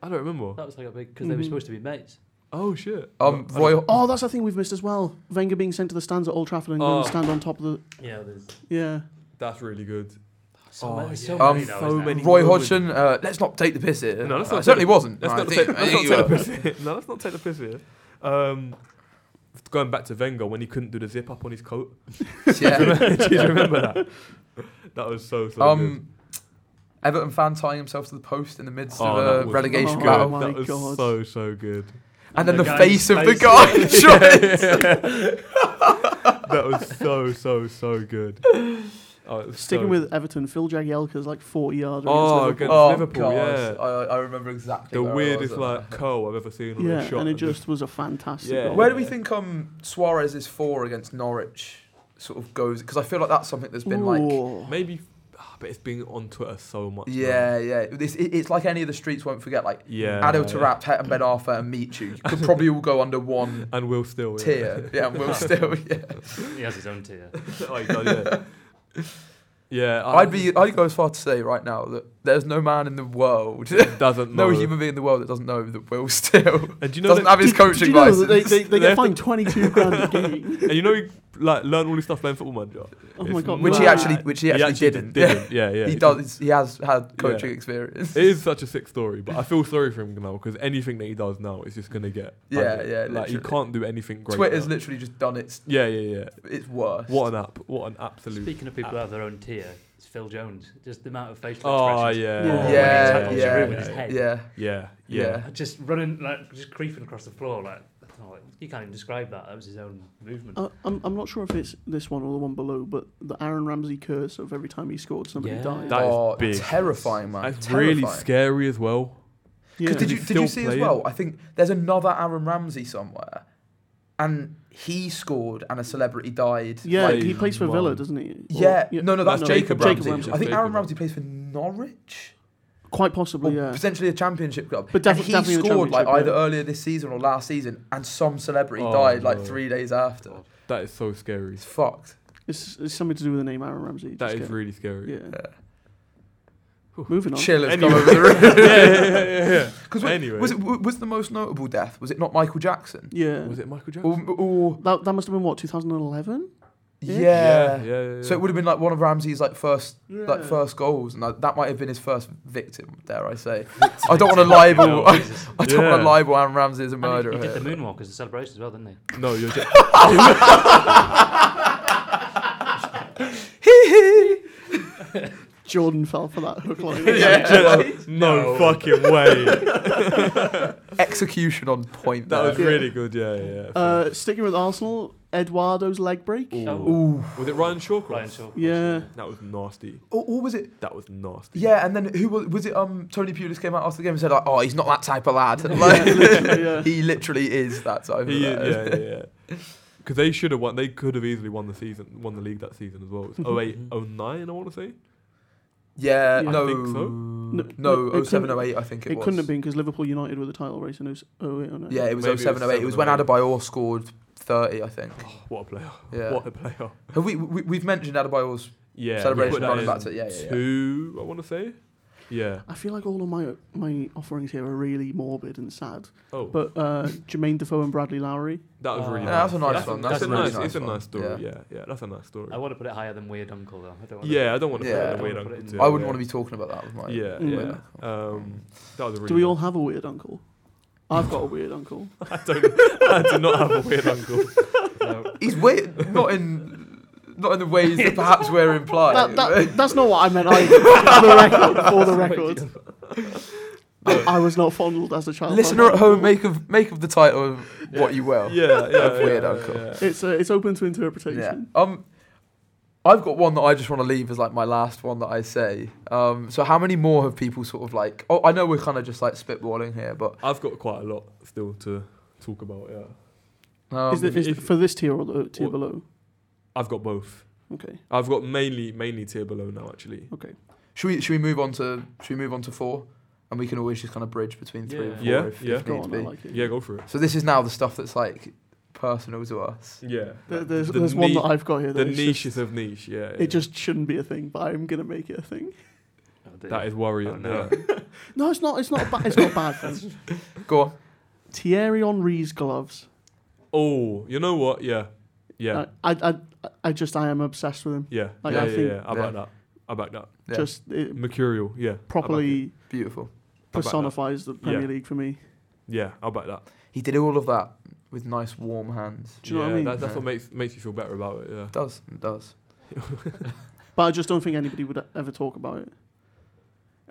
Speaker 3: I don't remember.
Speaker 4: that was like a big because they were
Speaker 3: Mm-hmm.
Speaker 1: Mhm.
Speaker 4: supposed to be mates.
Speaker 3: Oh shit.
Speaker 2: Um,
Speaker 3: I
Speaker 2: Roy,
Speaker 1: Oh, that's the thing we've missed as well. Wenger being sent to the stands at Old Trafford and going
Speaker 3: Oh.
Speaker 1: to stand on top of the.
Speaker 4: Yeah, there's
Speaker 1: Yeah.
Speaker 3: don't- That's really good.
Speaker 4: Oh, so
Speaker 3: Oh,
Speaker 4: many.
Speaker 3: yeah.
Speaker 4: So
Speaker 2: Um,
Speaker 4: many, now,
Speaker 3: so
Speaker 4: isn't there?
Speaker 3: many.
Speaker 2: Roy
Speaker 3: Wood.
Speaker 2: Hodgson, uh, let's not take the piss here.
Speaker 3: No, let's
Speaker 2: Uh,
Speaker 3: not
Speaker 2: certainly
Speaker 3: take-
Speaker 2: wasn't.
Speaker 3: Let's
Speaker 2: No,
Speaker 3: not
Speaker 2: I
Speaker 3: take
Speaker 2: think-
Speaker 3: let's
Speaker 2: I think
Speaker 3: not
Speaker 2: you
Speaker 3: take
Speaker 2: were.
Speaker 3: the piss here. No, let's not take the piss here. Um, going back to Wenger when he couldn't do the zip up on his coat.
Speaker 2: Yeah.
Speaker 3: Do you remember that? That was so so good.
Speaker 2: um, Everton fan tying himself to the post in the midst
Speaker 3: Oh, that
Speaker 2: of a
Speaker 3: was
Speaker 2: relegation
Speaker 1: Oh
Speaker 3: good.
Speaker 2: battle.
Speaker 1: my
Speaker 3: that was
Speaker 1: God.
Speaker 3: so so good.
Speaker 2: And then
Speaker 4: the
Speaker 2: the,
Speaker 4: guy's
Speaker 2: face of the
Speaker 4: face.
Speaker 2: guy. shot it.
Speaker 3: that was so so so good. Oh, it was
Speaker 1: Sticking
Speaker 3: so-
Speaker 1: with Everton, Phil Jagielka's like 40 yards.
Speaker 3: Oh,
Speaker 1: against
Speaker 3: against
Speaker 1: Liverpool.
Speaker 2: Oh,
Speaker 3: Liverpool,
Speaker 2: God.
Speaker 3: yeah.
Speaker 2: I, I remember exactly.
Speaker 3: the
Speaker 2: where I
Speaker 3: weirdest
Speaker 2: was at
Speaker 3: like curl I've ever seen on a
Speaker 1: Yeah,
Speaker 3: shot.
Speaker 1: and it just was a fantastic
Speaker 3: Yeah.
Speaker 1: goal.
Speaker 2: Where do we think um, Suarez's four against Norwich sort of goes? Because I feel like that's something that's been like.
Speaker 1: Ooh.
Speaker 3: maybe, ah, but it's been on Twitter so much. now.
Speaker 2: Yeah, yeah. This it, it's like any of the streets won't forget. Like
Speaker 3: yeah.
Speaker 2: Addo Tarap, Het and Ben Arfa and Michu You could probably all go under one
Speaker 3: and Will still. Yeah.
Speaker 2: tier. Yeah, and we'll still. Yeah.
Speaker 4: He has his own tier.
Speaker 3: oh, he does, yeah. Yeah, I-
Speaker 2: I'd be I'd go as far to say right now that there's no man in the world,
Speaker 3: doesn't
Speaker 2: no
Speaker 3: know.
Speaker 2: human being in the world that doesn't know that Will still
Speaker 3: And do you know
Speaker 2: doesn't
Speaker 3: that-
Speaker 2: have his
Speaker 1: Did- did
Speaker 2: coaching
Speaker 1: you know that
Speaker 2: license.
Speaker 1: They, they, they
Speaker 3: They have
Speaker 1: get fined 22 grand a game.
Speaker 3: And you know, you, like learn all this stuff playing football manager.
Speaker 1: Oh
Speaker 3: It's
Speaker 1: my god.
Speaker 2: which he
Speaker 1: wow.
Speaker 2: actually which he actually, didn't.
Speaker 3: Yeah, yeah.
Speaker 2: he
Speaker 3: it-
Speaker 2: does. He has had
Speaker 3: Yeah.
Speaker 2: coaching experience.
Speaker 3: It is such a sick story, but I feel sorry for him now because anything that he does now is just gonna get.
Speaker 2: Yeah,
Speaker 3: banned.
Speaker 2: yeah,
Speaker 3: Like he
Speaker 2: literally.
Speaker 3: can't do anything great.
Speaker 2: Twitter's
Speaker 3: now.
Speaker 2: literally just done its
Speaker 3: Yeah, yeah, yeah.
Speaker 2: its worst.
Speaker 3: What an app! What an absolute.
Speaker 4: Speaking of people that have their own tier, it's Phil Jones. Just the amount of facial
Speaker 3: Oh
Speaker 4: expressions.
Speaker 3: yeah.
Speaker 1: Yeah.
Speaker 4: when he
Speaker 2: Yeah,
Speaker 4: tackles
Speaker 2: yeah,
Speaker 4: Giroud with his head.
Speaker 2: yeah,
Speaker 3: Yeah, yeah.
Speaker 2: yeah.
Speaker 4: Just running, like just creeping across the floor, like, oh, like, you can't even describe that. That was his own movement.
Speaker 1: Uh, I'm, I'm not sure if it's this one or the one below, but the Aaron Ramsey curse of every time he scored, somebody
Speaker 4: Yeah.
Speaker 1: died.
Speaker 3: That is
Speaker 2: oh,
Speaker 3: big.
Speaker 2: terrifying, man.
Speaker 3: That's
Speaker 2: terrifying.
Speaker 3: really scary as well.
Speaker 1: yeah.
Speaker 2: 'Cause did
Speaker 3: And
Speaker 2: you
Speaker 3: he's
Speaker 2: did you
Speaker 3: still
Speaker 2: see as
Speaker 3: playing.
Speaker 2: well? I think there's another Aaron Ramsey somewhere, and he scored, and a celebrity died.
Speaker 1: yeah,
Speaker 2: Like,
Speaker 1: he plays for
Speaker 3: Mum.
Speaker 1: Villa, doesn't he? Or-
Speaker 2: yeah. No, no, that's
Speaker 3: No,
Speaker 2: Jacob, Ramsey.
Speaker 3: Ramsey.
Speaker 2: I think
Speaker 3: Jacob
Speaker 2: Aaron Ramsey
Speaker 3: Ramsey.
Speaker 2: plays for Norwich.
Speaker 1: Quite
Speaker 2: Or
Speaker 1: possibly, yeah.
Speaker 2: potentially a championship club.
Speaker 1: But defi-
Speaker 2: and he
Speaker 1: definitely the
Speaker 2: scored like
Speaker 1: championship,
Speaker 2: either
Speaker 1: yeah.
Speaker 2: earlier this season or last season, and some celebrity
Speaker 3: Oh,
Speaker 2: died like
Speaker 3: no.
Speaker 2: three days after.
Speaker 3: That is so scary.
Speaker 2: It's fucked.
Speaker 1: It's, it's something to do with the name Aaron Ramsey.
Speaker 3: That
Speaker 1: just
Speaker 3: is
Speaker 1: get-
Speaker 3: really scary.
Speaker 1: Yeah.
Speaker 2: Yeah.
Speaker 1: Moving on.
Speaker 2: Chill has
Speaker 3: Anyway.
Speaker 2: come over the roof.
Speaker 3: yeah, yeah, yeah, yeah.
Speaker 2: Because
Speaker 3: Anyway.
Speaker 2: was it was the most notable death? Was it not Michael Jackson?
Speaker 1: Yeah.
Speaker 3: Was it Michael Jackson?
Speaker 2: Or, or
Speaker 1: That, that must have been what 2011.
Speaker 2: yeah.
Speaker 3: yeah, yeah, yeah, yeah.
Speaker 2: So it would have been like one of Ramsey's like first like
Speaker 1: Yeah.
Speaker 2: first goals, and that, that might have been his first victim. Dare I say? I don't want to libel. I,
Speaker 4: Oh, Jesus.
Speaker 2: don't want
Speaker 3: Yeah.
Speaker 2: to libel Aaron Ramsey as a
Speaker 4: And he,
Speaker 2: murderer.
Speaker 4: he did the
Speaker 2: here.
Speaker 4: moonwalk as a celebration as well, didn't he?
Speaker 3: No, you're just.
Speaker 1: Jordan fell for that hook line.
Speaker 3: no fucking way.
Speaker 2: Execution on point.
Speaker 3: That
Speaker 2: there.
Speaker 3: was really good. Yeah, yeah. yeah.
Speaker 1: Uh, sticking with Arsenal, Eduardo's leg break.
Speaker 3: Ooh.
Speaker 4: Oh,
Speaker 3: was it Ryan Shawcross?
Speaker 4: Ryan Shaw.
Speaker 1: Yeah.
Speaker 3: That was nasty.
Speaker 2: Or, or Oh, was it?
Speaker 3: That was nasty.
Speaker 2: Yeah, and then who was, was it? Um, Tony Pulis came out after the game and said like, "Oh, he's not that type of lad." Like,
Speaker 1: literally, yeah.
Speaker 2: He literally is that type
Speaker 3: He,
Speaker 2: of
Speaker 3: yeah,
Speaker 2: lad.
Speaker 3: yeah, yeah. Because they should have won. They could have easily won the season, won the league that season as well. It was 08, 09, I want to say.
Speaker 2: Yeah,
Speaker 1: Yeah. I
Speaker 2: no,
Speaker 3: think so.
Speaker 2: no,
Speaker 1: no, it
Speaker 2: 07,
Speaker 1: couldn't-
Speaker 2: 08, I think it,
Speaker 1: It,
Speaker 2: was.
Speaker 1: couldn't have been because Liverpool United were the title race in 08 or 09.
Speaker 2: Yeah, it was
Speaker 3: Maybe it was
Speaker 2: 07, 08. It was when
Speaker 3: 07, 08.
Speaker 2: Adebayor scored 30, I think.
Speaker 3: Oh, what a player.
Speaker 2: Yeah.
Speaker 3: What a player.
Speaker 2: Have we, we we've mentioned Adebayor's
Speaker 3: Yeah. we
Speaker 2: Celebration
Speaker 3: put that
Speaker 2: running
Speaker 3: in
Speaker 2: back to- yeah, yeah, yeah.
Speaker 3: Two, I want to say. Yeah.
Speaker 1: I feel like all of my my offerings here are really morbid and sad.
Speaker 3: Oh,
Speaker 1: But uh, Jermaine Defoe and Bradley Lowry.
Speaker 3: that was
Speaker 4: Yeah,
Speaker 3: really nice.
Speaker 2: that's a nice
Speaker 3: that's
Speaker 2: one,
Speaker 3: That's,
Speaker 2: that's
Speaker 3: a
Speaker 2: a really
Speaker 3: nice,
Speaker 2: nice
Speaker 3: It's a
Speaker 2: one,
Speaker 3: nice story. Yeah.
Speaker 2: yeah.
Speaker 3: yeah, that's a nice story.
Speaker 4: I want to put it higher than Weird Uncle, though. I don't want
Speaker 3: yeah, I don't want to
Speaker 2: Yeah.
Speaker 3: put it in the weird
Speaker 4: I don't
Speaker 3: uncle
Speaker 4: wanna
Speaker 3: tier,
Speaker 2: I wouldn't
Speaker 3: yeah.
Speaker 2: want to be talking about that with my.
Speaker 3: Yeah,
Speaker 1: Mm.
Speaker 3: yeah. Um, that was a really
Speaker 1: Do we all
Speaker 3: nice-
Speaker 1: have a weird uncle? I've got a weird uncle.
Speaker 3: I don't. I do not have a weird uncle.
Speaker 2: He's weird, not in not in the ways that perhaps we're
Speaker 1: That,
Speaker 2: implying.
Speaker 1: that, that's not what I meant either. for the record. For the record. I, I was not fondled as a child. by
Speaker 2: Listener
Speaker 1: my
Speaker 2: at home,
Speaker 1: uncle.
Speaker 2: make of make of the title what you will.
Speaker 3: Yeah, yeah.
Speaker 2: weird
Speaker 3: yeah,
Speaker 2: uncle.
Speaker 3: yeah.
Speaker 1: It's, uh, it's open to interpretation.
Speaker 2: Yeah. Um, I've got one that I just want to leave as like my last one that I say. Um, so how many more have people sort of like? Oh, I know we're kind of just like spitballing here, but
Speaker 3: I've got quite a lot still to talk about. Yeah,
Speaker 2: um,
Speaker 1: is it, is
Speaker 3: if-
Speaker 1: for this tier or the tier
Speaker 3: Or-
Speaker 1: below?
Speaker 3: I've got both.
Speaker 1: Okay.
Speaker 3: I've got mainly mainly tier below now actually.
Speaker 2: should we should we move on to should we move on to four, and we can always just kind of bridge between three and four
Speaker 3: Yeah.
Speaker 2: if,
Speaker 3: Yeah, yeah.
Speaker 2: if
Speaker 1: Go
Speaker 2: need
Speaker 1: on,
Speaker 2: be.
Speaker 1: I like it.
Speaker 3: Yeah, go for it.
Speaker 2: So this is now the stuff that's like personal to us.
Speaker 3: Yeah,
Speaker 1: There, there's
Speaker 3: The
Speaker 1: there's one
Speaker 3: ni-
Speaker 1: that I've got here.
Speaker 3: the
Speaker 1: That is
Speaker 3: niches
Speaker 1: just-
Speaker 3: of niche. Yeah, yeah.
Speaker 1: it just shouldn't be a thing, but I'm gonna make it a thing.
Speaker 3: that is worrying.
Speaker 4: Oh, no.
Speaker 3: yeah.
Speaker 1: No, it's not. It's not. A ba- it's not a bad thing.
Speaker 2: Go on.
Speaker 1: Thierry Henry's gloves.
Speaker 3: oh, you know what? Yeah, yeah,
Speaker 1: I, I, I, I just I am obsessed with him.
Speaker 3: yeah,
Speaker 1: Like,
Speaker 3: yeah,
Speaker 1: I
Speaker 3: yeah,
Speaker 1: think-
Speaker 3: yeah. I back
Speaker 2: Yeah.
Speaker 3: that. I back that.
Speaker 2: Yeah.
Speaker 1: Just it
Speaker 3: Mercurial. Yeah, I back it.
Speaker 1: properly
Speaker 2: beautiful.
Speaker 3: that.
Speaker 1: personifies the Premier League for me.
Speaker 3: Yeah, I back that.
Speaker 2: He did all of that with nice warm hands.
Speaker 1: Do you know
Speaker 3: yeah,
Speaker 1: what I mean?
Speaker 3: That, that's
Speaker 2: Yeah.
Speaker 3: what makes makes you feel better about it. Yeah.
Speaker 2: It does it does.
Speaker 1: But I just don't think anybody would ever talk about it.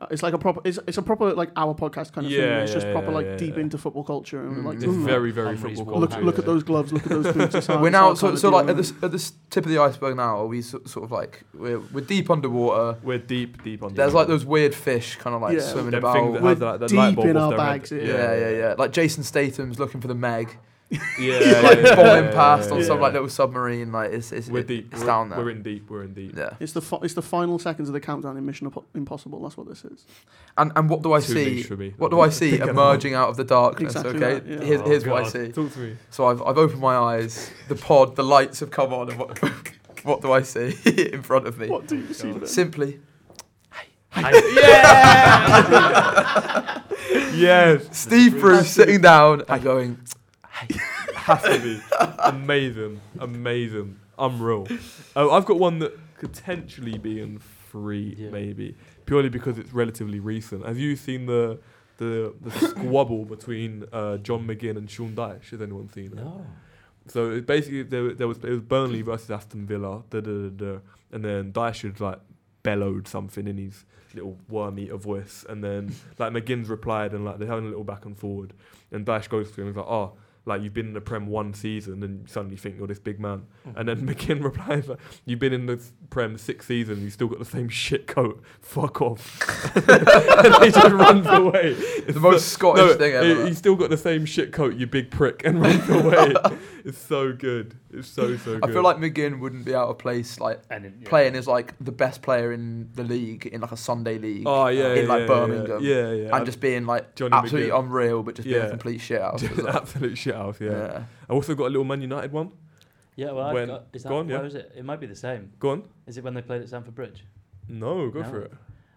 Speaker 1: Uh, It's like a proper. It's, it's a proper like our podcast kind of thing.
Speaker 3: Yeah,
Speaker 1: It's just
Speaker 3: yeah,
Speaker 1: proper
Speaker 3: yeah,
Speaker 1: like
Speaker 3: yeah,
Speaker 1: deep
Speaker 3: yeah.
Speaker 1: into football culture and
Speaker 2: Mm,
Speaker 1: like
Speaker 3: It's
Speaker 2: Ooh.
Speaker 3: very very
Speaker 4: Henry's
Speaker 3: football.
Speaker 4: warm
Speaker 1: look
Speaker 4: hands.
Speaker 1: look at
Speaker 4: yeah.
Speaker 1: those gloves. Look at those boots. it's hard-
Speaker 2: we're
Speaker 1: it's
Speaker 2: now
Speaker 1: hard
Speaker 2: so,
Speaker 1: to
Speaker 2: so
Speaker 1: deal
Speaker 2: like
Speaker 1: with.
Speaker 2: at this at this tip of the iceberg now are we so, sort of like we're, we're deep underwater
Speaker 3: We're deep deep on.
Speaker 2: there's like those weird fish kind of like
Speaker 1: Yeah.
Speaker 2: swimming
Speaker 3: Them
Speaker 2: about
Speaker 3: things that
Speaker 1: We're
Speaker 3: have that, that light
Speaker 1: deep
Speaker 3: bulb
Speaker 1: in
Speaker 3: off
Speaker 1: our
Speaker 3: their head.
Speaker 1: bags, yeah.
Speaker 2: yeah, yeah, yeah. Like Jason Statham's looking for the Meg,
Speaker 3: yeah,
Speaker 2: like
Speaker 3: yeah,
Speaker 2: bombing
Speaker 3: yeah,
Speaker 2: past on
Speaker 3: yeah,
Speaker 2: some
Speaker 3: yeah.
Speaker 2: like little submarine. Like it's it's,
Speaker 3: We're
Speaker 2: it-
Speaker 3: deep.
Speaker 2: it's
Speaker 3: we're,
Speaker 2: down there.
Speaker 3: We're in deep. We're in deep.
Speaker 2: yeah.
Speaker 1: It's the fi- it's the final seconds of the countdown in Mission Impo- Impossible. That's what this is.
Speaker 2: And and what do I
Speaker 3: Too
Speaker 2: see?
Speaker 3: niche for me.
Speaker 2: What do I see
Speaker 3: Pick 'em
Speaker 2: emerging out of the darkness?
Speaker 1: Exactly
Speaker 2: okay,
Speaker 1: that, yeah.
Speaker 2: here's,
Speaker 3: Oh,
Speaker 2: here's what I
Speaker 3: God.
Speaker 2: see.
Speaker 3: Talk to me.
Speaker 2: So I've I've opened my eyes. The pod, the lights have come on. And what, what do I see in front of me?
Speaker 1: What do you see there?
Speaker 2: Simply,
Speaker 3: yes,
Speaker 2: Steve Bruce sitting down and going,
Speaker 3: has to be amazing, amazing, unreal. Oh, I've got one that could potentially be in three,
Speaker 4: Yeah.
Speaker 3: maybe purely because it's relatively recent. Have you seen the the, the squabble between uh, John McGinn and Sean Dyche? Has anyone seen it?
Speaker 4: No.
Speaker 3: So it basically, there, there was it was Burnley versus Aston Villa, da da da da, and then Dyche had like bellowed something in his little worm eater voice, and then like McGinn's replied, and like they're having a little back and forward, and Dyche goes to him and he's like, oh. Like you've been in the Prem one season and you suddenly think you're this big man,
Speaker 2: Mm.
Speaker 3: and then McGinn replies, like, "You've been in the Prem six seasons, and you still got the same shit coat. Fuck off!" and he just runs away. It's
Speaker 2: the most Scottish thing
Speaker 3: he-
Speaker 2: ever.
Speaker 3: He's still got the same shit coat, you big prick, and runs away. it's so good. It's so so good.
Speaker 2: I feel like McGinn wouldn't be out of place, like
Speaker 4: And it, yeah.
Speaker 2: playing as like the best player in the league in like a Sunday league,
Speaker 3: oh yeah,
Speaker 2: in
Speaker 3: yeah,
Speaker 2: like
Speaker 3: yeah,
Speaker 2: Birmingham,
Speaker 3: Yeah, yeah. yeah.
Speaker 2: and just being like
Speaker 3: Johnny
Speaker 2: absolutely
Speaker 3: McGinn.
Speaker 2: unreal, but just being
Speaker 3: Yeah.
Speaker 2: a complete shit out.
Speaker 3: absolute shit house. Yeah. I also got a little Man United one.
Speaker 4: Yeah, well, I've
Speaker 3: When-
Speaker 4: got, is that,
Speaker 3: go on, yeah.
Speaker 4: where is it? It might be the same.
Speaker 3: Go on.
Speaker 4: Is it when they played at Stamford Bridge?
Speaker 3: No, go
Speaker 4: No.
Speaker 3: for it.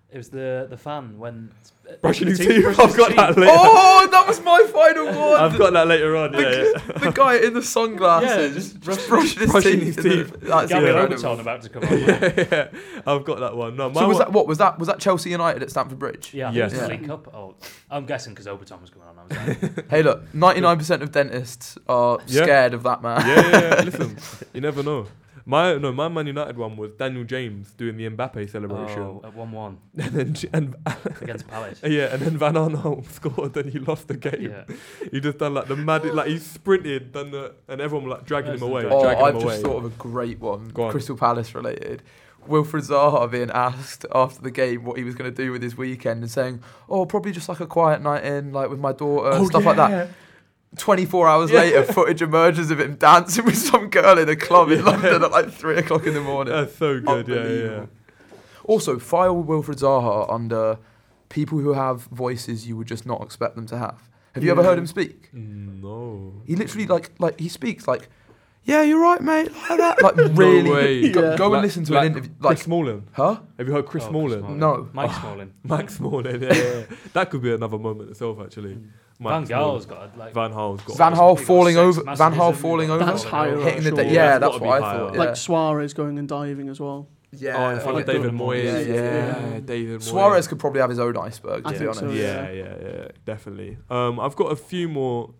Speaker 4: It was the the fan when uh,
Speaker 3: Brushing
Speaker 4: the
Speaker 3: his
Speaker 4: team-
Speaker 3: teeth.
Speaker 4: brushing
Speaker 3: I've
Speaker 4: his
Speaker 3: got
Speaker 4: teeth.
Speaker 3: that later.
Speaker 2: Oh, that was my final one.
Speaker 3: I've got that later on. Yeah, yeah.
Speaker 2: the guy in the
Speaker 4: Yeah,
Speaker 2: sunglasses
Speaker 4: just
Speaker 2: just brushing his
Speaker 3: brushing
Speaker 2: teeth.
Speaker 3: his
Speaker 2: in the-
Speaker 3: teeth.
Speaker 2: That's
Speaker 4: Gabriel
Speaker 2: incredible.
Speaker 4: Oberton about to come on. Yeah,
Speaker 3: yeah, yeah. I've got that one. No, my
Speaker 2: So was
Speaker 3: one,
Speaker 2: that what was that? Was that Chelsea United at Stamford Bridge?
Speaker 4: yeah, I think
Speaker 3: Yes.
Speaker 4: it was the
Speaker 2: Yeah.
Speaker 4: League Cup. Oh, I'm guessing because Oberton was going on. I was like,
Speaker 2: Hey, look, ninety-nine percent of dentists are
Speaker 3: Yeah.
Speaker 2: scared of that man.
Speaker 3: yeah, yeah, yeah. Listen, you never know. My no, my Man United one was Daniel James doing the Mbappe celebration,
Speaker 4: oh, at one-one
Speaker 3: and then and
Speaker 4: against Palace.
Speaker 3: yeah, and then Van Arnholm scored, and he lost the game.
Speaker 4: yeah,
Speaker 3: He just done like the mad, like he sprinted, done the, and everyone were like dragging him
Speaker 4: That's
Speaker 3: away,
Speaker 4: the
Speaker 2: Oh,
Speaker 3: dragging
Speaker 2: I've
Speaker 3: him
Speaker 2: just
Speaker 3: away.
Speaker 2: thought of a great one,
Speaker 3: Go on.
Speaker 2: Crystal Palace related. Wilfred Zaha being asked after the game what he was going to do with his weekend and saying, "Oh, probably just like a quiet night in, like with my daughter, and stuff like that." Twenty-four hours
Speaker 3: Oh, Yeah.
Speaker 2: later, footage emerges of him dancing with some girl in a club in London at like three o'clock in the morning.
Speaker 3: That's so good, yeah, yeah, yeah.
Speaker 2: Unbelievable. Also, file Wilfred Zaha under people who have voices you would just not expect them to have. Have you ever
Speaker 1: Yeah.
Speaker 2: heard him speak?
Speaker 3: No.
Speaker 2: He literally like like he speaks like, yeah, you're right, mate, like that. Like really,
Speaker 3: way.
Speaker 2: go,
Speaker 1: Yeah.
Speaker 2: go
Speaker 3: Like-
Speaker 2: and listen to
Speaker 3: like
Speaker 2: an interview. Like,
Speaker 3: Chris Smalling.
Speaker 2: huh?
Speaker 3: Have you heard Chris
Speaker 4: Oh,
Speaker 3: Smalling?
Speaker 2: No.
Speaker 4: Mike Smalling.
Speaker 3: Max Smalling, yeah, yeah, yeah. that could be another moment itself, actually.
Speaker 4: Van
Speaker 3: Mike Smalling.
Speaker 4: Gaal's got a, like
Speaker 3: Van Gaal's got.
Speaker 2: Mm. Van Gaal
Speaker 4: He got
Speaker 2: falling
Speaker 4: sex
Speaker 2: over. Van Gaal
Speaker 4: masochism.
Speaker 2: falling over.
Speaker 1: That's higher
Speaker 2: hitting the
Speaker 1: up,
Speaker 2: da-
Speaker 1: surely.
Speaker 2: yeah,
Speaker 3: That's
Speaker 2: that's
Speaker 3: gotta
Speaker 2: what I
Speaker 3: be
Speaker 2: thought.
Speaker 3: higher
Speaker 2: Yeah.
Speaker 1: Like Suarez going and diving as well.
Speaker 2: yeah,
Speaker 3: Oh, in front
Speaker 2: yeah.
Speaker 3: of David
Speaker 4: Dortmund.
Speaker 3: Moyes.
Speaker 2: Yeah, yeah.
Speaker 3: David Moyes.
Speaker 2: Suarez could probably have his own iceberg. To
Speaker 1: I
Speaker 2: be
Speaker 1: think
Speaker 2: honest,
Speaker 1: so,
Speaker 3: Yeah, yeah, yeah, definitely. Um, I've got a few more.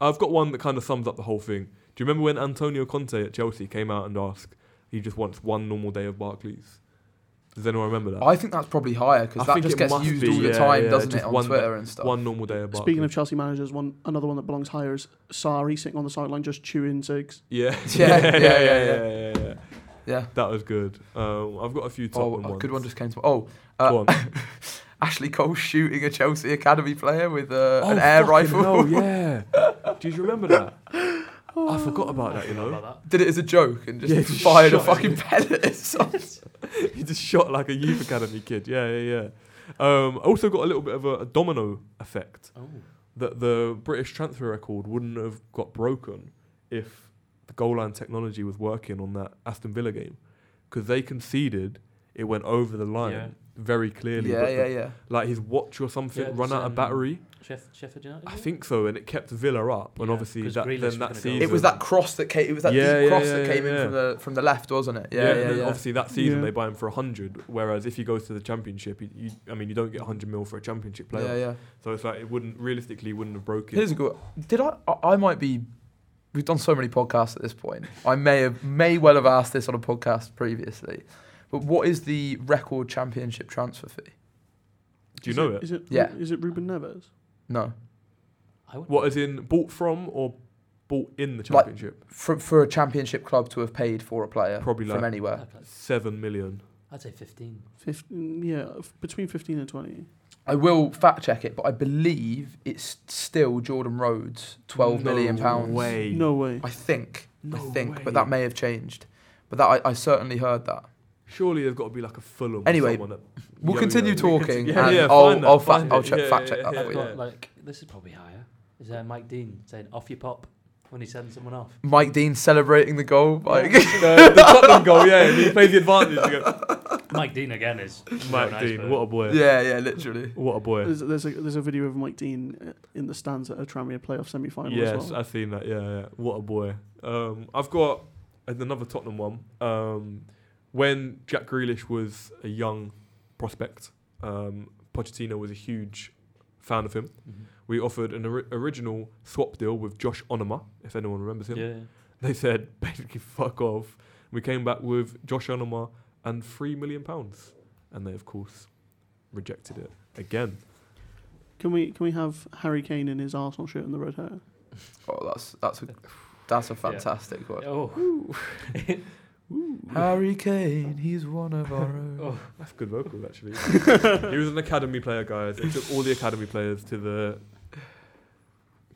Speaker 3: I've got one that kind of sums up the whole thing. Do you remember when Antonio Conte at Chelsea came out and asked he just wants one normal day of Barclays? Does anyone remember that?
Speaker 2: I think that's probably higher
Speaker 3: I
Speaker 2: because that
Speaker 3: think
Speaker 2: just
Speaker 3: it
Speaker 2: gets
Speaker 3: must
Speaker 2: used
Speaker 3: be,
Speaker 2: all the
Speaker 3: yeah,
Speaker 2: time,
Speaker 3: yeah,
Speaker 2: doesn't it,
Speaker 3: just
Speaker 2: on
Speaker 3: one-
Speaker 2: Twitter and stuff.
Speaker 3: one normal day of Barclays.
Speaker 1: Speaking of Chelsea managers, one another one that belongs higher is Sari sitting on the sideline just chewing zigs.
Speaker 3: yeah,
Speaker 2: Yeah, yeah, yeah, yeah.
Speaker 3: yeah, yeah, yeah.
Speaker 2: Yeah.
Speaker 3: That was good. Um, I've got a few top
Speaker 2: Oh,
Speaker 3: ones.
Speaker 2: a good one just came to. Oh,
Speaker 3: Go
Speaker 2: uh,
Speaker 3: on.
Speaker 2: Ashley Cole shooting a Chelsea academy player with uh,
Speaker 3: Oh,
Speaker 2: an air
Speaker 3: fucking
Speaker 2: rifle.
Speaker 3: hell, yeah. Do you remember that? I forgot about that. You know.
Speaker 4: about
Speaker 2: Did it as a joke and just
Speaker 3: Yeah, just
Speaker 2: fired a
Speaker 3: shot it.
Speaker 2: fucking pellet. at someone.
Speaker 3: he just shot like a youth academy kid. Yeah, yeah, yeah. Um, also got a little bit of a, a domino effect
Speaker 4: that. Oh,
Speaker 3: that the British transfer record wouldn't have got broken if the goal line technology was working on that Aston Villa game because they conceded it went over the line
Speaker 4: Yeah.
Speaker 3: very clearly.
Speaker 2: yeah,
Speaker 3: but the-
Speaker 2: yeah, yeah.
Speaker 3: Like his watch or something
Speaker 4: Yeah,
Speaker 3: run
Speaker 4: it's,
Speaker 3: out of
Speaker 4: um,
Speaker 3: battery.
Speaker 4: Sheff- Sheffield United.
Speaker 3: I
Speaker 4: is it?
Speaker 3: think so, and it kept Villa up. And
Speaker 4: Yeah,
Speaker 3: obviously
Speaker 4: 'cause
Speaker 3: that
Speaker 4: Grealish was
Speaker 3: then that
Speaker 4: gonna go.
Speaker 3: season
Speaker 2: It was that cross that came. It was that
Speaker 3: Yeah,
Speaker 2: deep
Speaker 3: yeah,
Speaker 2: cross
Speaker 3: yeah,
Speaker 2: that came
Speaker 3: yeah,
Speaker 2: in
Speaker 3: yeah.
Speaker 2: from the from the left, wasn't it?
Speaker 3: yeah,
Speaker 2: Yeah,
Speaker 3: and
Speaker 2: yeah,
Speaker 3: then
Speaker 2: yeah.
Speaker 3: obviously that season
Speaker 1: Yeah.
Speaker 3: they buy him for 100 whereas if he goes to the championship you, you, I mean you don't get 100 mil for a championship player
Speaker 2: yeah, yeah.
Speaker 3: So it's like it wouldn't realistically wouldn't have broken.
Speaker 2: Here's a good. Did I, I? I might be. We've done so many podcasts at this point. I may have, may well have asked this on a podcast previously, but what is the record championship transfer fee?
Speaker 3: Do you
Speaker 1: Is
Speaker 3: know it?
Speaker 1: Is it
Speaker 2: Yeah.
Speaker 1: Is it Ruben Neves?
Speaker 2: No,
Speaker 4: I would.
Speaker 3: What is in bought from or bought in the
Speaker 2: Like-
Speaker 3: championship?
Speaker 2: for for a championship club to have paid for a player
Speaker 3: Probably
Speaker 2: from
Speaker 3: like-
Speaker 2: anywhere.
Speaker 4: I'd-
Speaker 3: Seven million.
Speaker 4: I'd say 15.
Speaker 1: 15, yeah, f- between fifteen and twenty.
Speaker 2: I will fact check it, but I believe it's still Jordan Rhodes, twelve million pounds.
Speaker 3: Way.
Speaker 1: No way.
Speaker 2: I think. I
Speaker 3: No
Speaker 2: think,
Speaker 3: way.
Speaker 2: but that may have changed. But that I, I certainly heard that.
Speaker 3: Surely there's got to be like a Fulham. or
Speaker 2: Anyway,
Speaker 3: someone that,
Speaker 2: We'll
Speaker 3: Yeah,
Speaker 2: continue
Speaker 3: yeah, yeah.
Speaker 2: talking,
Speaker 3: Yeah,
Speaker 2: and
Speaker 3: yeah,
Speaker 2: I'll
Speaker 3: find that,
Speaker 2: I'll, fa-
Speaker 3: find
Speaker 2: I'll
Speaker 3: it.
Speaker 2: check
Speaker 3: Yeah,
Speaker 2: fact
Speaker 3: Oh, yeah,
Speaker 2: check that
Speaker 3: yeah,
Speaker 2: for
Speaker 4: I've
Speaker 2: you.
Speaker 3: yeah.
Speaker 4: got like this is probably higher. Is there Mike Dean saying off your pop? when he sends someone off.
Speaker 2: Mike Dean celebrating the goal. Like,
Speaker 3: the, the Tottenham goal, yeah, and he played the advantage. You go,
Speaker 4: Mike Dean again is
Speaker 3: Mike Dean, what a boy.
Speaker 2: yeah, yeah, literally.
Speaker 3: What a boy.
Speaker 1: There's, there's a there's a video of Mike Dean uh, in the stands at a Tramia playoff semi final
Speaker 3: Yes,
Speaker 1: as well.
Speaker 3: I've seen that. Yeah, yeah. What a boy. Um, I've got another Tottenham one. Um, when Jack Grealish was a young prospect, um, Pochettino was a huge fan of him.
Speaker 4: Mhm.
Speaker 3: We offered an ori- original swap deal with Josh Onoma, if anyone remembers him.
Speaker 4: Yeah.
Speaker 3: They said basically fuck off. We came back with Josh Onoma and three million pounds, and they of course rejected it again.
Speaker 1: Can we can we have Harry Kane in his Arsenal shirt and the red hair?
Speaker 2: Oh, that's that's a that's a fantastic one.
Speaker 4: Oh.
Speaker 2: Harry Kane, he's one of our own.
Speaker 4: oh.
Speaker 3: That's good vocal actually. he was an academy player, guys. They took all the academy players to the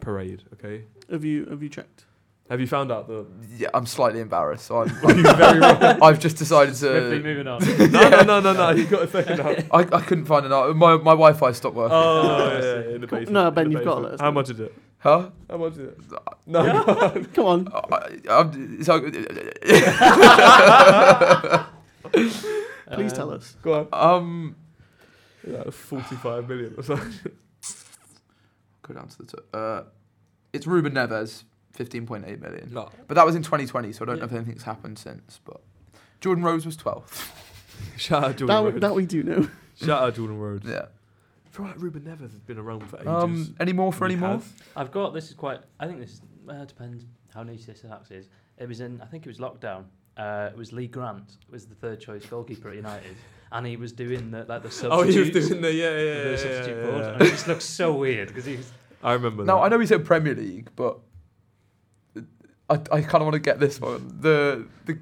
Speaker 3: parade. Okay,
Speaker 1: Have you have you checked?
Speaker 3: have you found out the?
Speaker 2: Yeah, I'm slightly embarrassed. So I'm,
Speaker 3: Are you very wrong?
Speaker 2: I've just decided
Speaker 4: Swiftly
Speaker 2: to.
Speaker 4: moving on.
Speaker 3: No, no, no, no, no. You got a second out.
Speaker 2: I, I couldn't find an art. My my Wi-Fi stopped working.
Speaker 3: Oh, yeah, yeah, in the basement.
Speaker 1: No,
Speaker 3: in
Speaker 1: Ben,
Speaker 3: the
Speaker 1: you've got to
Speaker 3: basement.
Speaker 1: let us
Speaker 3: How
Speaker 1: know.
Speaker 3: much is it?
Speaker 2: huh?
Speaker 3: How much is it? No.
Speaker 1: Come on.
Speaker 2: I, I'm, so,
Speaker 1: Please tell
Speaker 4: Um,
Speaker 1: us.
Speaker 3: Go on.
Speaker 2: um,
Speaker 3: Yeah, 45 million or something.
Speaker 2: go down to the top. Uh, it's Ruben Neves, 15.8 million.
Speaker 3: No.
Speaker 2: But that was in 2020, so I don't know
Speaker 4: Yeah.
Speaker 2: if anything's happened since. But Jordan Rose was 12.
Speaker 3: Shout out Jordan
Speaker 1: That, we-
Speaker 3: Rhodes.
Speaker 1: that we do know.
Speaker 3: Shout out Jordan Rhodes.
Speaker 2: Yeah.
Speaker 3: I feel like Ruben Neves has been around for ages.
Speaker 2: Um, any more for
Speaker 3: He
Speaker 2: any more?
Speaker 3: has.
Speaker 4: I've got this is quite. I think this is, uh, depends how niche this actually is. It was in. I think it was lockdown. Uh, it was Lee Grant was the third choice goalkeeper at United, and he was doing the like the
Speaker 3: Oh,
Speaker 4: substitutes.
Speaker 3: he was doing the yeah, yeah,
Speaker 4: the
Speaker 3: yeah. yeah,
Speaker 4: substitute
Speaker 3: yeah,
Speaker 4: board,
Speaker 3: yeah.
Speaker 4: and it just looks so weird because he was
Speaker 3: I remember.
Speaker 2: No,
Speaker 3: that.
Speaker 2: I know he said Premier League, but I, I kind of want to get this one. The the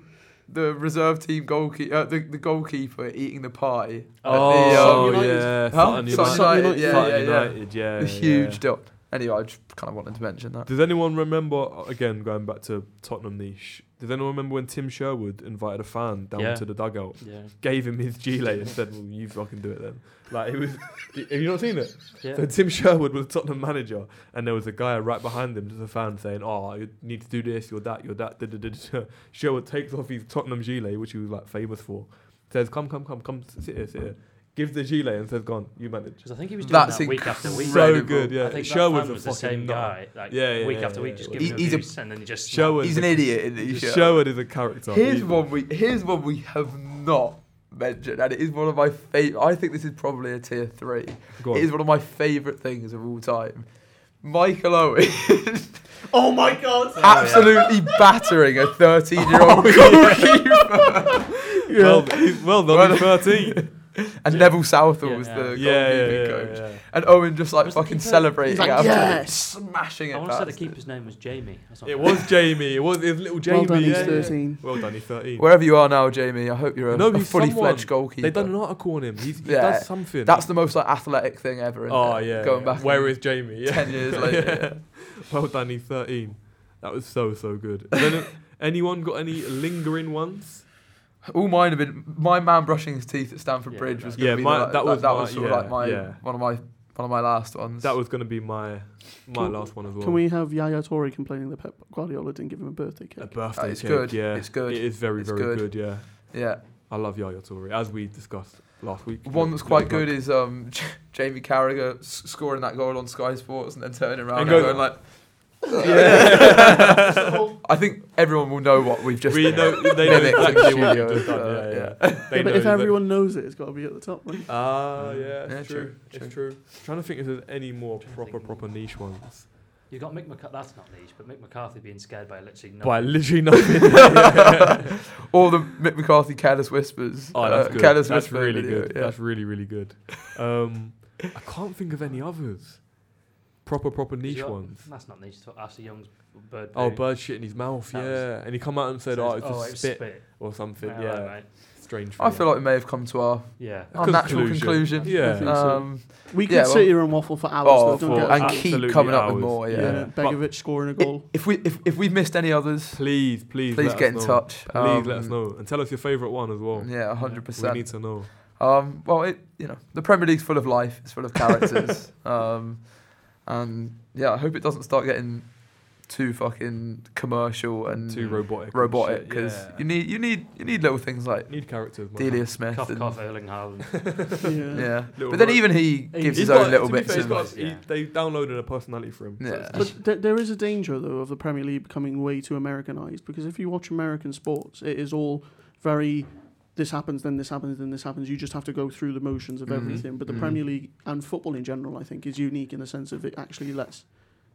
Speaker 2: the reserve team goalkeeper, uh, the, the goalkeeper eating the pie. at
Speaker 3: Oh,
Speaker 2: the, um,
Speaker 1: United.
Speaker 3: yeah,
Speaker 2: Huh?
Speaker 3: Sutton United.
Speaker 2: Sutton United, yeah,
Speaker 3: Sutton
Speaker 2: yeah, yeah.
Speaker 3: United,
Speaker 2: the
Speaker 3: yeah, Uh, yeah.
Speaker 2: huge dip. Anyway, I just kind of wanted to mention that.
Speaker 3: Does anyone remember again going back to Tottenham niche? Does anyone remember when Tim Sherwood invited a fan down
Speaker 4: Yeah.
Speaker 3: to the dugout,
Speaker 4: yeah
Speaker 3: gave him his gilet, and said, "Well, you fucking do it then." Like it was. have you not seen it?
Speaker 4: yeah.
Speaker 3: So Tim Sherwood was Tottenham manager, and there was a guy right behind him, just a fan saying, "Oh, you need to do this, you're that, you're that." Da, da, da, da. da." Sherwood takes off his Tottenham gilet, which he was like famous for. Says, "Come, come, come, come, sit here, sit here." Gives the gilet and says, "Go on, you manage."
Speaker 4: 'Cause I think he was doing
Speaker 2: That's
Speaker 4: that week after week.
Speaker 3: So
Speaker 2: Incredible.
Speaker 3: good, yeah.
Speaker 4: I think
Speaker 3: Sherwood's
Speaker 4: that fan
Speaker 3: a
Speaker 4: was the
Speaker 3: fucking
Speaker 4: same
Speaker 3: nut.
Speaker 4: guy, like
Speaker 3: Yeah, yeah,
Speaker 4: week
Speaker 3: yeah,
Speaker 4: after week,
Speaker 3: yeah,
Speaker 4: just
Speaker 3: yeah.
Speaker 4: giving him
Speaker 2: He- he's a-
Speaker 4: abuse, and then he just
Speaker 3: Sherwood.
Speaker 2: He's an idiot in
Speaker 3: Just
Speaker 2: the show.
Speaker 3: Sherwood is a character.
Speaker 2: Here's
Speaker 3: He's-
Speaker 2: one we here's one we have not mentioned, and it is one of my favorite. I think this is probably a tier three.
Speaker 3: Go on.
Speaker 2: It is one of my favorite things of all time. Michael Owen
Speaker 1: Oh my god.
Speaker 2: absolutely battering a 13 year old
Speaker 3: Oh,
Speaker 2: goalkeeper.
Speaker 3: Well, he's- well done,
Speaker 2: Well
Speaker 3: he's 13.
Speaker 2: And Neville Southall was
Speaker 4: Yeah.
Speaker 2: the
Speaker 3: yeah,
Speaker 2: goalkeeping
Speaker 3: yeah, yeah,
Speaker 2: coach.
Speaker 3: yeah.
Speaker 2: And Owen just like
Speaker 4: Was the
Speaker 2: fucking
Speaker 4: keeper-
Speaker 2: celebrating
Speaker 1: He's like,
Speaker 2: it afterwards,
Speaker 1: "Yes!"
Speaker 2: smashing it.
Speaker 4: I want to say the
Speaker 2: past it.
Speaker 4: keeper's name was Jamie. Or something.
Speaker 3: It was Jamie. It was, it was little Jamie.
Speaker 1: well done,
Speaker 3: yeah,
Speaker 1: he's
Speaker 3: yeah.
Speaker 1: 13.
Speaker 3: Well done, he's 13.
Speaker 2: Wherever you are now, Jamie, I hope you're a,
Speaker 3: No,
Speaker 2: a
Speaker 3: he's
Speaker 2: fully
Speaker 3: someone.
Speaker 2: fledged goalkeeper.
Speaker 3: They've done an article on him. He's, he
Speaker 2: Yeah.
Speaker 3: does something.
Speaker 2: That's the most like athletic thing ever. Isn't
Speaker 3: Oh
Speaker 2: it?
Speaker 3: yeah.
Speaker 2: going
Speaker 3: yeah.
Speaker 2: back.
Speaker 3: Where
Speaker 2: and-
Speaker 3: is Jamie? Yeah.
Speaker 2: 10 years later,
Speaker 3: Well done, he's thirteen. That was so so good. And then, anyone got any lingering ones?
Speaker 2: All mine have been my man brushing his teeth at Stamford
Speaker 4: Yeah,
Speaker 2: Bridge was
Speaker 3: yeah.
Speaker 2: gonna
Speaker 3: Yeah,
Speaker 2: be
Speaker 3: my-
Speaker 2: the, like, that,
Speaker 3: that was
Speaker 2: that
Speaker 3: my-
Speaker 2: was sort
Speaker 3: yeah,
Speaker 2: of like my
Speaker 3: yeah.
Speaker 2: one of my one of my last ones.
Speaker 3: That was gonna be my my
Speaker 1: Can-
Speaker 3: last one as well.
Speaker 1: Can we have Yaya Torre complaining that Pep Guardiola didn't give him a birthday
Speaker 3: A
Speaker 1: cake?
Speaker 3: birthday
Speaker 2: it's
Speaker 3: cake.
Speaker 2: good,
Speaker 3: Yeah.
Speaker 2: it's good,
Speaker 3: It is very
Speaker 2: it's
Speaker 3: very good.
Speaker 2: good.
Speaker 3: Yeah.
Speaker 2: yeah.
Speaker 3: I love Yaya Toure as we discussed last week.
Speaker 2: One that's quite good is um, Jamie Carragher s- scoring that goal on Sky Sports and then turning around and,
Speaker 3: And go-
Speaker 2: going like.
Speaker 3: Yeah.
Speaker 2: I think everyone will know what we've just
Speaker 3: we
Speaker 2: uh,
Speaker 3: know they know
Speaker 2: mimicked in
Speaker 3: exactly what
Speaker 2: studio,
Speaker 3: you've just done.
Speaker 2: uh,
Speaker 3: yeah, yeah. They
Speaker 1: Yeah, but
Speaker 3: know
Speaker 1: if
Speaker 3: exact-
Speaker 1: everyone knows it, it's got to be at the top, right?
Speaker 3: Ah, yeah,
Speaker 2: Mm. Yeah,
Speaker 3: it's
Speaker 2: true,
Speaker 3: true. It's true. Trying to think if there's any more
Speaker 4: Trying to
Speaker 3: proper
Speaker 4: think.
Speaker 3: proper niche ones.
Speaker 4: You got Mick McCarthy. That's not niche, but Mick McCarthy being scared by literally nothing.
Speaker 3: By literally nothing.
Speaker 2: Or the Mick McCarthy careless whispers.
Speaker 3: Oh, that's
Speaker 2: uh,
Speaker 3: good.
Speaker 2: Careless
Speaker 3: that's
Speaker 2: Whisper
Speaker 3: really
Speaker 2: video,
Speaker 3: good.
Speaker 2: yeah.
Speaker 3: That's really really good. Um, I can't think of any others. Proper proper
Speaker 4: Because
Speaker 3: niche
Speaker 4: you're-
Speaker 3: ones.
Speaker 4: That's not niche. So Ashley Young's bird.
Speaker 3: Oh,
Speaker 4: poo
Speaker 3: bird shit in his mouth.
Speaker 4: That was-
Speaker 3: yeah, and he come out and said, "Oh, it's
Speaker 4: oh,
Speaker 3: a
Speaker 4: it was
Speaker 3: spit, or something."
Speaker 4: Yeah,
Speaker 3: yeah, Oh,
Speaker 4: all right.
Speaker 3: strange.
Speaker 2: I feel like we may have come to our,
Speaker 4: yeah.
Speaker 2: our
Speaker 3: Conclusion.
Speaker 2: natural conclusion.
Speaker 3: Yeah.
Speaker 1: think so.
Speaker 2: Um,
Speaker 1: We could
Speaker 2: Yeah, well-
Speaker 1: sit here and waffle for hours.
Speaker 2: oh,
Speaker 1: though, don't
Speaker 3: for-
Speaker 1: get us
Speaker 2: and
Speaker 1: wrong.
Speaker 2: keep
Speaker 3: absolutely
Speaker 2: coming up with
Speaker 3: ours.
Speaker 2: more.
Speaker 1: yeah,
Speaker 2: Yeah.
Speaker 3: yeah. But-
Speaker 1: Begovic scoring a goal.
Speaker 2: If we if, if we've missed any others,
Speaker 3: Please, please,
Speaker 2: please
Speaker 3: let
Speaker 2: get in
Speaker 3: us know.
Speaker 2: touch. Um,
Speaker 3: Please let us know and tell us your favorite one as well.
Speaker 2: Yeah, hundred
Speaker 3: We
Speaker 2: percent.
Speaker 3: need to know.
Speaker 2: Um, well, it you know the Premier League's full of life. It's full of characters. um, and yeah, I hope it doesn't start getting too fucking commercial and
Speaker 3: Too robotic. and
Speaker 2: Mm. robotic
Speaker 3: shit,
Speaker 2: because
Speaker 3: yeah.
Speaker 2: you need you need you need little things like
Speaker 3: need characters. man.
Speaker 2: Delia Smith.
Speaker 4: Cough,
Speaker 2: and-
Speaker 4: cough, Erling Haaland.
Speaker 1: Yeah.
Speaker 2: Yeah,
Speaker 3: Little
Speaker 2: but then
Speaker 3: ro-
Speaker 2: even he
Speaker 1: He's
Speaker 2: gives his
Speaker 1: got-
Speaker 2: own little
Speaker 3: to be
Speaker 2: bits.
Speaker 3: fair, he's
Speaker 2: of,
Speaker 3: got- he-
Speaker 4: Yeah.
Speaker 3: they downloaded a personality for him. so
Speaker 2: Yeah.
Speaker 3: it's
Speaker 2: But
Speaker 3: nice.
Speaker 1: But th- there is a danger, though, of the Premier League becoming way too Americanized because if you watch American sports, it is all very this happens, then this happens, then this happens. You just have to go through the motions of
Speaker 2: Mhm.
Speaker 1: everything. But the
Speaker 2: Mhm.
Speaker 1: Premier League and football in general, I think, is unique in the sense of it actually lets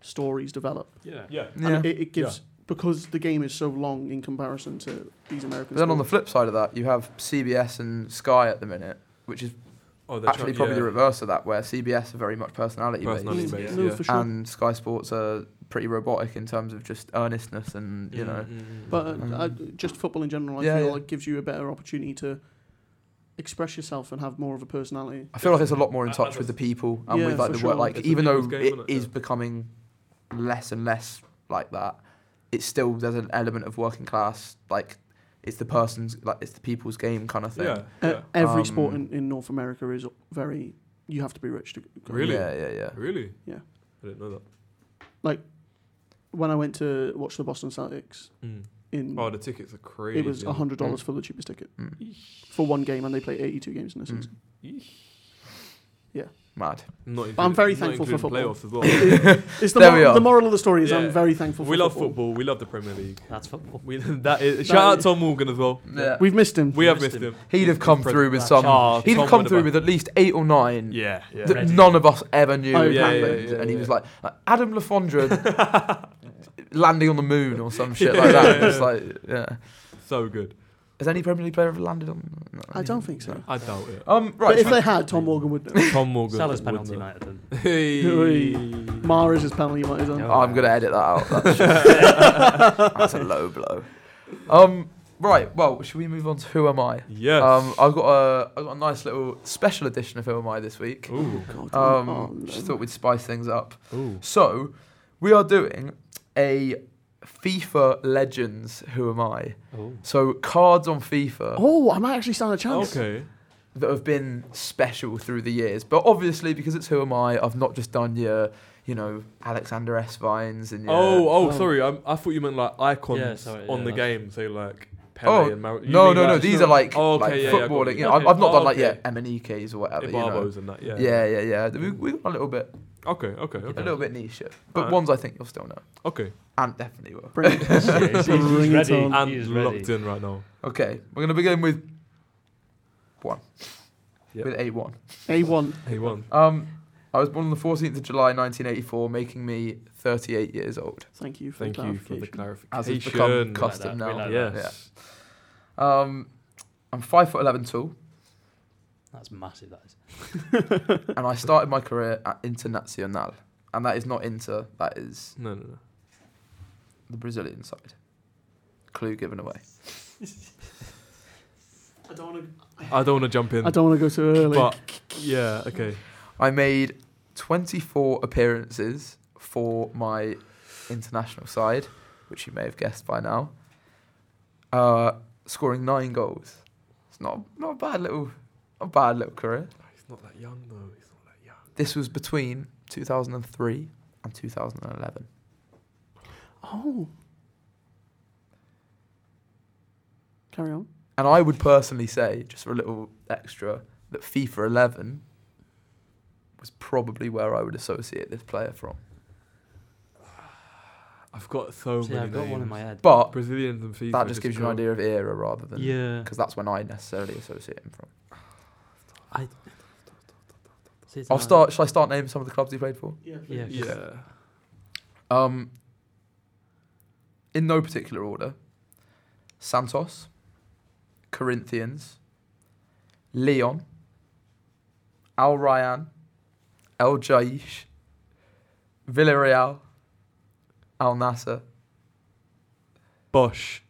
Speaker 1: stories develop.
Speaker 4: Yeah.
Speaker 3: yeah.
Speaker 2: yeah.
Speaker 1: And it, it gives because the game is so long in comparison to these American.
Speaker 2: But then on the
Speaker 1: sports.
Speaker 2: flip side of that, you have CBS and Sky at the minute, which is
Speaker 3: Oh, they're
Speaker 2: actually
Speaker 3: trying-
Speaker 2: probably the
Speaker 3: yeah.
Speaker 2: reverse of that, where CBS are very much personality
Speaker 3: Personality
Speaker 2: based,
Speaker 1: Mm,
Speaker 3: base,
Speaker 1: no,
Speaker 3: yeah.
Speaker 1: for sure.
Speaker 2: and Sky Sports are pretty robotic in terms of just earnestness and
Speaker 3: Mm,
Speaker 2: you know.
Speaker 1: But uh,
Speaker 2: Mm.
Speaker 1: I, just football in general, I
Speaker 2: Yeah,
Speaker 1: feel
Speaker 2: yeah.
Speaker 1: like gives you a better opportunity to express yourself and have more of a personality.
Speaker 2: I feel like it's a lot more in
Speaker 3: I- I
Speaker 2: touch with the
Speaker 3: just-
Speaker 2: people and
Speaker 1: Yeah,
Speaker 2: with like
Speaker 1: for
Speaker 2: the work.
Speaker 1: sure.
Speaker 2: Like
Speaker 3: It's a
Speaker 2: even though
Speaker 3: people's game,
Speaker 2: it
Speaker 3: isn't it?
Speaker 2: is
Speaker 3: Yeah.
Speaker 2: becoming less and less like that, it's still there's an element of working class. Like it's the person's like it's the people's game kind of thing.
Speaker 3: Yeah.
Speaker 1: Uh,
Speaker 3: yeah.
Speaker 1: every sport
Speaker 2: Um,
Speaker 1: in, in North America is very. You have to be rich to. Go.
Speaker 3: Really?
Speaker 2: Yeah, yeah, yeah.
Speaker 3: Really?
Speaker 1: uh, Yeah.
Speaker 3: I didn't know that.
Speaker 1: When I went to watch the Boston Celtics in,
Speaker 3: Oh, the tickets are crazy.
Speaker 1: it was hundred dollars for the cheapest ticket
Speaker 2: Mm.
Speaker 1: for one game, and they play eighty-two games in a
Speaker 3: Mm.
Speaker 1: season.
Speaker 2: Mad.
Speaker 3: Not included,
Speaker 1: But I'm very
Speaker 3: not
Speaker 1: thankful for
Speaker 3: including
Speaker 1: football.
Speaker 3: Playoffs as well.
Speaker 1: It's the,
Speaker 2: There
Speaker 1: mor-
Speaker 2: we are.
Speaker 1: the moral of the story is
Speaker 3: Yeah.
Speaker 1: I'm very thankful. for
Speaker 3: we love
Speaker 1: football.
Speaker 3: football. We love the Premier League.
Speaker 4: That's football.
Speaker 3: We, that is, shout out
Speaker 1: is-
Speaker 3: Tom Morgan as well.
Speaker 2: Yeah.
Speaker 1: We've missed him.
Speaker 3: We have
Speaker 4: Missed
Speaker 3: missed
Speaker 4: him.
Speaker 3: him.
Speaker 2: He'd have come
Speaker 4: Fred
Speaker 2: through with
Speaker 4: Blatt.
Speaker 2: some.
Speaker 3: Oh,
Speaker 2: he'd have
Speaker 3: Tom
Speaker 2: come
Speaker 3: would
Speaker 2: through
Speaker 3: have-
Speaker 2: with at least eight or nine
Speaker 3: Yeah, yeah.
Speaker 2: that
Speaker 4: Ready.
Speaker 2: none of us ever knew
Speaker 1: Oh,
Speaker 2: had
Speaker 1: yeah,
Speaker 2: happened.
Speaker 3: yeah, yeah,
Speaker 2: and he was
Speaker 3: yeah.
Speaker 2: like like, Adam Lafondra landing on the moon or some shit like that.
Speaker 3: Yeah.
Speaker 2: It's like yeah.
Speaker 3: So good.
Speaker 2: Has any Premier League player ever landed on? no,
Speaker 1: I don't think so.
Speaker 2: no.
Speaker 3: I doubt it.
Speaker 2: Um,
Speaker 1: But
Speaker 2: right.
Speaker 1: if they had, Tom Morgan would. know.
Speaker 3: Tom Morgan.
Speaker 4: Salah's
Speaker 3: would
Speaker 4: penalty
Speaker 3: know.
Speaker 4: night at them.
Speaker 3: Hey.
Speaker 1: Oi. Mar is his penalty. Might as well.
Speaker 4: Yeah.
Speaker 2: Oh, I'm gonna edit that out. That's, that's a low blow. Um, right. Well, should we move on to Who Am I?
Speaker 3: Yes.
Speaker 2: Um, I've got a I've got a nice little special edition of Who Am I this week.
Speaker 3: Ooh.
Speaker 1: God,
Speaker 2: Um,
Speaker 1: oh, no.
Speaker 2: just thought we'd spice things up.
Speaker 3: Ooh.
Speaker 2: So, we are doing a FIFA Legends Who Am I?
Speaker 4: Oh.
Speaker 2: So cards on FIFA
Speaker 1: Oh, I might actually stand a chance.
Speaker 3: Okay.
Speaker 2: that have been special through the years. But obviously, because it's Who Am I, I've not just done your, you know, Alexander S. Vines and your.
Speaker 3: Oh, oh,
Speaker 1: Oh.
Speaker 3: sorry. I, I thought you meant like icons
Speaker 4: Yeah, sorry,
Speaker 3: on
Speaker 4: yeah,
Speaker 3: the
Speaker 4: that's-
Speaker 3: game. So like Pele
Speaker 2: Oh,
Speaker 3: and Mar- you
Speaker 2: No,
Speaker 3: mean
Speaker 2: no, no.
Speaker 3: like-
Speaker 2: These are like,
Speaker 3: Oh, okay,
Speaker 2: like
Speaker 3: yeah, yeah,
Speaker 2: footballing.
Speaker 3: got
Speaker 2: you know,
Speaker 3: you.
Speaker 2: I've,
Speaker 3: Okay.
Speaker 2: I've not
Speaker 3: Oh,
Speaker 2: done like
Speaker 3: okay.
Speaker 2: yeah, M&EKs or whatever.
Speaker 3: Ibarbos
Speaker 2: you know.
Speaker 3: and that. Yeah.
Speaker 2: Yeah, yeah, yeah. We, we've got a little bit,
Speaker 3: Okay. Okay. Okay.
Speaker 2: a little bit niche, but
Speaker 3: Alright.
Speaker 2: ones I think you'll still know,
Speaker 3: Okay.
Speaker 2: and definitely will.
Speaker 1: Bring it. Bring it on.
Speaker 4: He is
Speaker 3: And
Speaker 4: ready.
Speaker 3: locked in right now.
Speaker 2: Okay, we're gonna begin with one,
Speaker 3: Yep.
Speaker 2: with a one.
Speaker 1: A1.
Speaker 3: He won.
Speaker 2: Um, I was born on the 14th of July 1984, making me 38 years old.
Speaker 1: Thank you for
Speaker 3: Thank
Speaker 1: the
Speaker 3: you for the
Speaker 1: clarification.
Speaker 2: As
Speaker 3: clarification.
Speaker 2: it's become
Speaker 4: like
Speaker 2: custom
Speaker 4: that, we
Speaker 2: now.
Speaker 4: like that.
Speaker 3: yes.
Speaker 2: Um, I'm five foot eleven tall,
Speaker 4: That's massive, that is.
Speaker 2: and I started my career at Internacional, and that is not Inter, that is
Speaker 3: No, no, no.
Speaker 2: the Brazilian side. Clue given away.
Speaker 1: I don't want
Speaker 3: I don't want to jump in.
Speaker 1: to. I don't want to go too early.
Speaker 3: But yeah, okay.
Speaker 2: I made 24 appearances for my international side, which you may have guessed by now. Uh, scoring nine goals. It's not not a bad little, not a bad little career.
Speaker 3: He's not that young though. He's not that young.
Speaker 2: This was between 2003 and 2011.
Speaker 1: oh. Carry on.
Speaker 2: And I would personally say, just for a little extra, that FIFA 11 was probably where I would associate this player from.
Speaker 3: I've got so
Speaker 4: See,
Speaker 3: many.
Speaker 4: I've got
Speaker 3: names.
Speaker 4: one in my head.
Speaker 2: But
Speaker 3: Brazilians and FIFA.
Speaker 2: that just gives you an
Speaker 3: go-
Speaker 2: idea of era rather than
Speaker 4: yeah.
Speaker 2: because that's when I necessarily associate him from.
Speaker 4: See, it's
Speaker 2: I'll
Speaker 4: not-
Speaker 2: start. Shall I start naming some of the clubs he played for?
Speaker 4: Yeah.
Speaker 3: Yeah.
Speaker 2: Um, in no particular order: Santos, Corinthians, Leon, Al Ryan, El Jaish, Villarreal, Al Nasser.
Speaker 3: Bosch.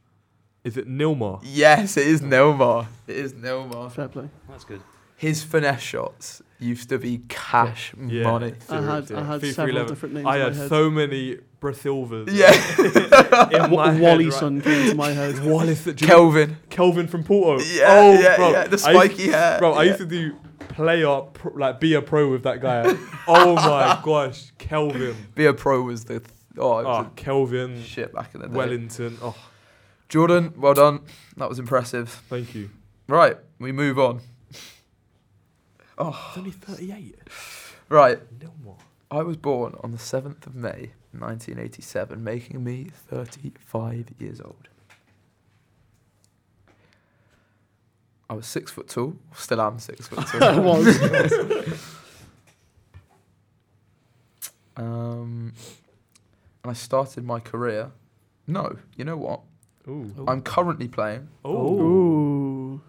Speaker 3: Is it Nilmar?
Speaker 2: Yes, it
Speaker 3: Oh.
Speaker 2: is Neymar. It is Neymar.
Speaker 1: Fair play.
Speaker 4: That's good.
Speaker 2: His finesse shots used to be cash
Speaker 3: Yeah.
Speaker 2: money.
Speaker 1: I had, I had
Speaker 3: FIFA
Speaker 1: several
Speaker 3: 11.
Speaker 1: different names
Speaker 3: I
Speaker 1: in my
Speaker 3: had
Speaker 1: head.
Speaker 3: so many Brasilvers.
Speaker 2: Yeah,
Speaker 3: in my head,
Speaker 1: Wally
Speaker 3: right?
Speaker 1: Sun came to my head.
Speaker 3: Wallace. do you know-
Speaker 2: Kelvin.
Speaker 3: Kelvin from Porto.
Speaker 2: Yeah, yeah, yeah, the
Speaker 3: oh, I used-
Speaker 2: spiky hair,
Speaker 3: Bro, I
Speaker 2: yeah.
Speaker 3: used to do player, pro, like be a pro with that guy. oh my gosh, Kelvin.
Speaker 2: Be a pro was the Oh, it was
Speaker 3: Ah, Kelvin,
Speaker 2: a shit back in the day.
Speaker 3: Wellington. Oh,
Speaker 2: Jordan, well done. That was impressive.
Speaker 3: thank you.
Speaker 2: Right, we move on.
Speaker 3: It's only 38.
Speaker 2: Right,
Speaker 3: No more.
Speaker 2: I was born on the 7th of May, 1987, making me 35 years old. I was six foot tall, still am six foot tall.
Speaker 1: I was.
Speaker 2: Um, and I started my career. No, you know what?
Speaker 3: Ooh.
Speaker 2: I'm currently playing
Speaker 3: Oh.
Speaker 1: Ooh.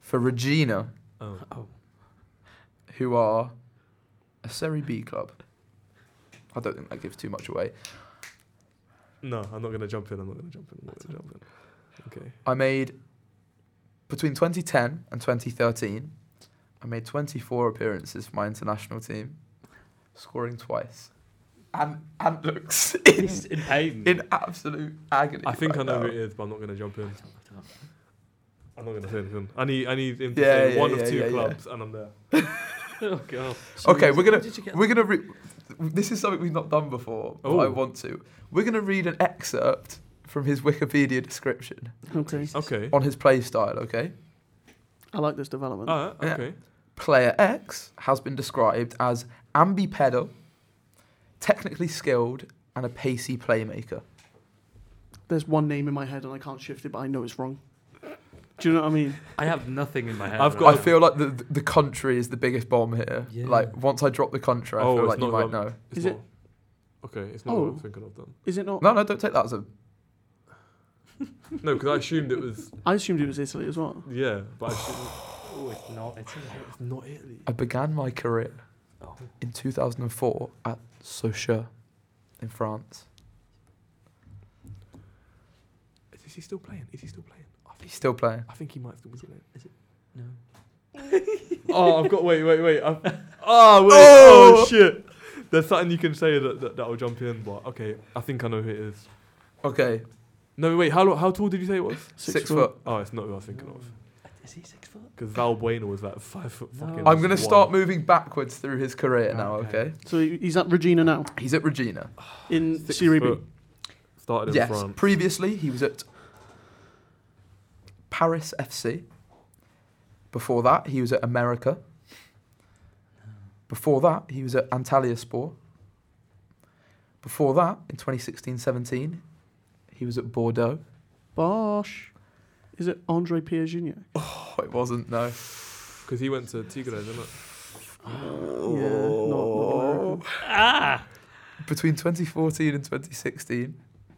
Speaker 2: for Regina,
Speaker 3: Oh.
Speaker 2: who are a Serie B club. I don't think that gives too much away.
Speaker 3: No, I'm not going to jump in. I'm not going to jump in. I'm not going to jump in. Okay.
Speaker 2: I made between 2010 and 2013. I made 24 appearances for my international team, scoring twice. And and looks in,
Speaker 4: He's in pain.
Speaker 2: in absolute agony.
Speaker 3: I think
Speaker 2: right
Speaker 3: I know
Speaker 2: now.
Speaker 3: who it is, but I'm not going to jump in. I'm not going to say anything. I need, I need him to
Speaker 2: Yeah,
Speaker 3: say
Speaker 2: yeah,
Speaker 3: one
Speaker 2: yeah,
Speaker 3: of two
Speaker 2: yeah, yeah.
Speaker 3: clubs, and I'm there.
Speaker 4: oh god.
Speaker 2: Okay, we're gonna
Speaker 4: Did you get
Speaker 2: we're gonna re- this is something we've not done before, but I
Speaker 3: Oh.
Speaker 2: want to. We're gonna read an excerpt from his Wikipedia description
Speaker 1: Okay.
Speaker 3: Okay.
Speaker 2: on his play style. Okay,
Speaker 1: I like this development.
Speaker 3: Ah,
Speaker 2: Yeah.
Speaker 3: okay.
Speaker 2: player X has been described as ambipedal, technically skilled, and a pacey playmaker.
Speaker 1: There's one name in my head and I can't shift it, but I know it's wrong. Do you know what I mean?
Speaker 4: I have nothing in my head.
Speaker 3: I've
Speaker 4: right
Speaker 3: got-
Speaker 2: I
Speaker 4: now.
Speaker 2: feel like the the country is the biggest bomb here.
Speaker 4: Yeah.
Speaker 2: Like once I drop the country, I
Speaker 3: Oh,
Speaker 2: feel
Speaker 3: it's
Speaker 2: like you
Speaker 3: not
Speaker 2: might
Speaker 3: the-
Speaker 2: know.
Speaker 3: It's
Speaker 1: Is
Speaker 3: not,
Speaker 1: it-
Speaker 3: Okay, it's not what I'm
Speaker 1: Oh.
Speaker 3: thinking of then.
Speaker 1: Is it not?
Speaker 2: No, no, don't take that as a.
Speaker 3: No, because I assumed it was.
Speaker 1: I assumed it was Italy as well.
Speaker 3: Yeah, but I assumed,
Speaker 4: Oh, it's not. It's
Speaker 3: it's not Italy.
Speaker 2: I began my career
Speaker 4: oh.
Speaker 2: in 2004 at Saussure in France.
Speaker 3: Is, is he still playing? Is he still playing? I think,
Speaker 2: He's still playing.
Speaker 3: I think he might still be playing.
Speaker 4: No.
Speaker 3: oh, I've got. Wait, wait, wait. I've, oh, wait.
Speaker 2: Oh!
Speaker 3: Oh! shit. There's something you can say that, that that'll jump in, but okay, I think I know who it is.
Speaker 2: Okay,
Speaker 3: No, wait. How lo- how tall did you say it was?
Speaker 2: six, foot.
Speaker 3: Oh, it's not who I was thinking of.
Speaker 4: Is he six foot?
Speaker 3: Because Val Bueno was like five foot.
Speaker 4: No.
Speaker 3: Fucking
Speaker 2: I'm gonna
Speaker 3: one.
Speaker 2: start moving backwards through his career
Speaker 4: Right,
Speaker 2: now.
Speaker 4: okay.
Speaker 2: Okay,
Speaker 1: So he- he's at Regina now
Speaker 2: he's at Regina.
Speaker 1: in
Speaker 3: Six
Speaker 1: Serie B.
Speaker 3: foot. Started in
Speaker 2: yes,
Speaker 3: France.
Speaker 2: previously he was at Paris FC. Before that, he was at America. Before that, he was at Antalya Sport. Before that, in 2016-17, he was at Bordeaux.
Speaker 1: Bosh. Is it Andre Pierre Junior?
Speaker 2: Oh, it wasn't no.
Speaker 3: Because he went to Tigres, didn't it?
Speaker 1: American.
Speaker 4: Ah.
Speaker 2: Between 2014 and 2016,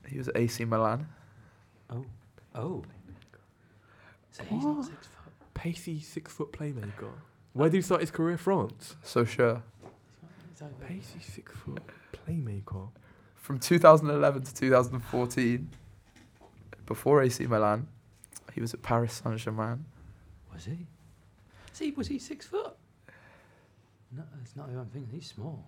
Speaker 2: he was at AC Milan.
Speaker 4: Oh. Oh. So he's not
Speaker 1: What?
Speaker 4: six foot.
Speaker 3: Pacey six foot playmaker. Where did he start his career? France.
Speaker 2: So sure.
Speaker 4: He's not- he's
Speaker 3: Pacey six foot playmaker.
Speaker 2: From 2011 to 2014, before AC Milan, he was at Paris Saint Germain.
Speaker 4: not- Was he? See, was he six foot? No, that's not who I'm thinking. He's small.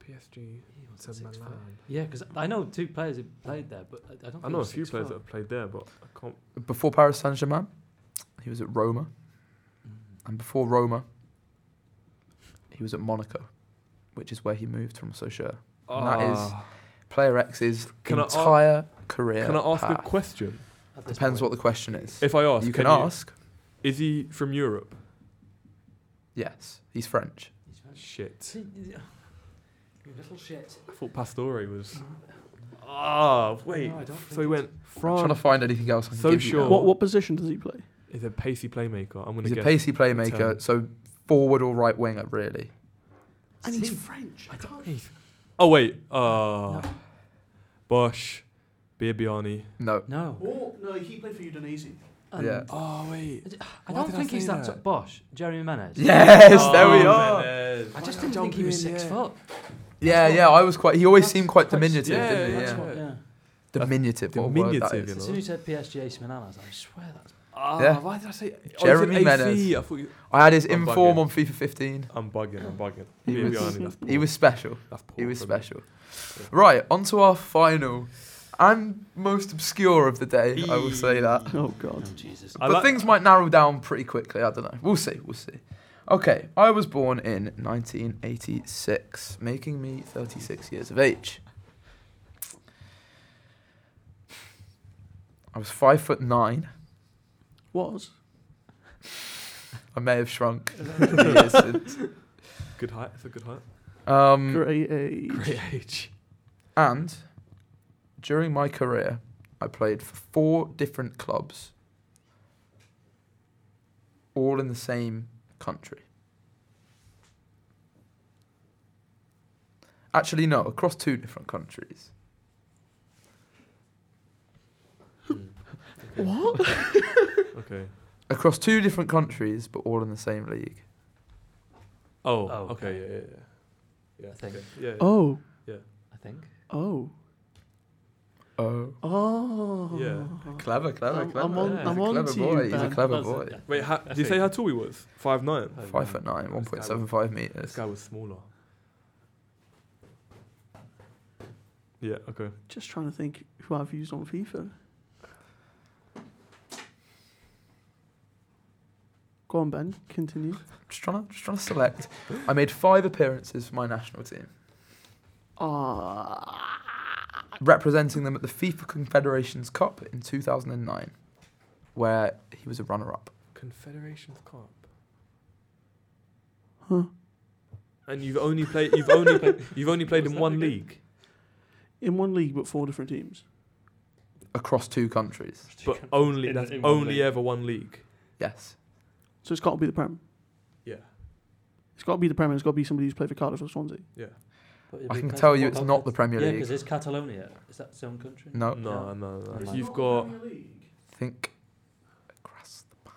Speaker 3: PSG
Speaker 4: He wasn't six foot. Yeah, because I know two players who played there, but I- I don't. Think
Speaker 3: I know a
Speaker 4: he's
Speaker 3: few
Speaker 4: six
Speaker 3: players that
Speaker 4: foot.
Speaker 3: have played there, but I can't.
Speaker 2: Before Paris Saint Germain, he was at Roma.
Speaker 4: Mm.
Speaker 2: And before Roma, he was at Monaco, which is where he moved from Saussure. And that is
Speaker 3: Ah.
Speaker 2: Player X's
Speaker 3: Can I a-
Speaker 2: entire career.
Speaker 3: Can I ask the
Speaker 2: path.
Speaker 3: question?
Speaker 4: At this
Speaker 2: Depends
Speaker 4: point.
Speaker 2: what the question is.
Speaker 3: If I ask,
Speaker 2: you can, ask.
Speaker 3: Is he from Europe?
Speaker 2: Yes, he's French.
Speaker 4: He's very-
Speaker 3: Shit.
Speaker 4: See, You little shit.
Speaker 3: I thought Pastore was. Ah, wait.
Speaker 4: No, I don't think
Speaker 3: so he
Speaker 4: it's-
Speaker 3: went
Speaker 2: I'm trying to
Speaker 3: France.
Speaker 2: find anything else. I can
Speaker 3: So
Speaker 2: give you
Speaker 3: sure.
Speaker 2: now.
Speaker 1: What what position does he play?
Speaker 3: Is a pacey playmaker. I'm gonna
Speaker 2: He's a
Speaker 3: guess.
Speaker 2: pacey
Speaker 3: Ten.
Speaker 2: playmaker, so forward or right winger, really.
Speaker 1: And he's
Speaker 4: See,
Speaker 1: French.
Speaker 4: I don't.
Speaker 3: He's- Oh wait. Uh, Bosch, Bibiani.
Speaker 2: No,
Speaker 4: No.
Speaker 1: Oh no, he played for Udinese.
Speaker 4: And
Speaker 2: yeah.
Speaker 3: Oh wait.
Speaker 4: I
Speaker 3: Why
Speaker 4: don't
Speaker 3: did I
Speaker 4: think
Speaker 3: say
Speaker 4: he's that,
Speaker 3: that? Oh.
Speaker 4: t- Bosch. Jeremy Menez.
Speaker 2: Yes, there
Speaker 4: Oh,
Speaker 2: we are.
Speaker 4: I just didn't think he was six foot.
Speaker 2: Yeah,
Speaker 4: That's
Speaker 2: yeah. I was quite. He always
Speaker 4: that's
Speaker 2: seemed quite
Speaker 4: quite-
Speaker 2: diminutive,
Speaker 3: yeah,
Speaker 2: didn't he?
Speaker 3: that's
Speaker 2: Yeah.
Speaker 3: what-
Speaker 2: Diminutive. What a word that
Speaker 3: Diminutive,
Speaker 2: is.
Speaker 3: You
Speaker 4: As
Speaker 3: know?
Speaker 4: soon as you said PSG AC Milan, I was like, I swear that's.
Speaker 3: Ah,
Speaker 2: Yeah.
Speaker 3: why did I say?
Speaker 2: Jeremy
Speaker 3: oh, you said AC.
Speaker 2: Menez.
Speaker 3: I thought you,
Speaker 2: I had his
Speaker 3: I'm
Speaker 2: inform
Speaker 3: bugging.
Speaker 2: on FIFA 15.
Speaker 3: I'm bugging. I'm bugging.
Speaker 2: He was-
Speaker 3: Bibiani, that's poor.
Speaker 2: He was special.
Speaker 3: That's poor
Speaker 2: He was
Speaker 3: from me.
Speaker 2: special. Right, on to our final and most obscure of the day. I will say that.
Speaker 1: Oh god.
Speaker 4: Oh, Jesus.
Speaker 3: I
Speaker 2: but
Speaker 3: like-
Speaker 2: things might narrow down pretty quickly. I don't know. We'll see. We'll see. Okay, I was born in 1986, making me 36 years of age. I was five foot nine.
Speaker 1: Was.
Speaker 2: I may have shrunk. in the years since.
Speaker 3: Good height. It's a good height.
Speaker 2: um,
Speaker 1: Hmm. Great age.
Speaker 3: Great age.
Speaker 2: and during my career, I played for four different clubs, all in the same country. Actually, no, across two different countries.
Speaker 1: What?
Speaker 3: Okay.
Speaker 2: Across two different countries, but all in the same league.
Speaker 3: Oh.
Speaker 4: Oh,
Speaker 3: okay.
Speaker 4: okay.
Speaker 3: Yeah. Yeah. Yeah. Yeah.
Speaker 4: I think.
Speaker 3: okay, Yeah. yeah.
Speaker 1: Oh.
Speaker 4: I think.
Speaker 1: Oh.
Speaker 2: Oh.
Speaker 1: Oh.
Speaker 3: Yeah.
Speaker 2: Clever, clever,
Speaker 1: I'm-
Speaker 2: clever.
Speaker 1: I'm on-
Speaker 3: I'm
Speaker 2: He's a
Speaker 1: on
Speaker 2: clever
Speaker 1: to you,
Speaker 2: boy. He's a
Speaker 1: Ben.
Speaker 2: clever
Speaker 4: That's a-
Speaker 2: boy.
Speaker 4: yeah.
Speaker 3: Wait. How,
Speaker 4: I
Speaker 3: did you say
Speaker 4: think.
Speaker 3: how tall he was? Five nine.
Speaker 4: Oh,
Speaker 2: Five
Speaker 4: no.
Speaker 2: foot nine,
Speaker 3: This guy
Speaker 2: one
Speaker 3: was-
Speaker 2: point seven five meters.
Speaker 3: This guy was smaller. Yeah. Okay.
Speaker 1: Just trying to think who I've used on FIFA. Go on, Ben. Continue.
Speaker 2: Just trying to, just trying to select. I made five appearances for my national team,
Speaker 1: Ah.
Speaker 2: representing them at the FIFA Confederations Cup in 2009, where he was a runner-up.
Speaker 3: Confederations Cup.
Speaker 1: Huh.
Speaker 3: And you've only played. You've only played. You've only played in one league.
Speaker 1: In one league, but four different teams.
Speaker 2: across two countries.
Speaker 3: But only
Speaker 4: In-
Speaker 3: that's
Speaker 4: in one
Speaker 3: only
Speaker 4: league.
Speaker 3: ever one league.
Speaker 2: Yes.
Speaker 1: So it's got to be the Prem.
Speaker 3: Yeah.
Speaker 1: It's got to be the Prem. and It's got to be somebody who's played for Cardiff or Swansea.
Speaker 3: Yeah.
Speaker 4: But it'd
Speaker 2: I
Speaker 4: be
Speaker 2: can
Speaker 4: Cat-
Speaker 2: tell you
Speaker 4: what
Speaker 2: it's
Speaker 4: about
Speaker 2: not the
Speaker 4: Cat-
Speaker 2: Premier
Speaker 4: Yeah,
Speaker 2: League.
Speaker 4: because it's Catalonia. Is that its own country?
Speaker 2: No.
Speaker 3: No, no, no.
Speaker 4: It's
Speaker 3: You've got Mm-hmm.
Speaker 2: Think across the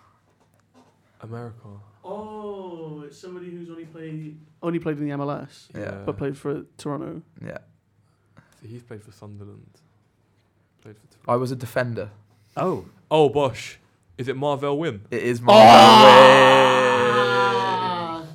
Speaker 3: America.
Speaker 1: Oh, it's somebody who's only played only played in the MLS,
Speaker 2: Yeah.
Speaker 1: but played for Toronto.
Speaker 2: Yeah.
Speaker 3: So he's played for Sunderland. Played for.
Speaker 2: I was a defender.
Speaker 4: Oh.
Speaker 3: Oh, Bosh. Is it Marvell Wim?
Speaker 2: It is
Speaker 1: Ah!
Speaker 2: my The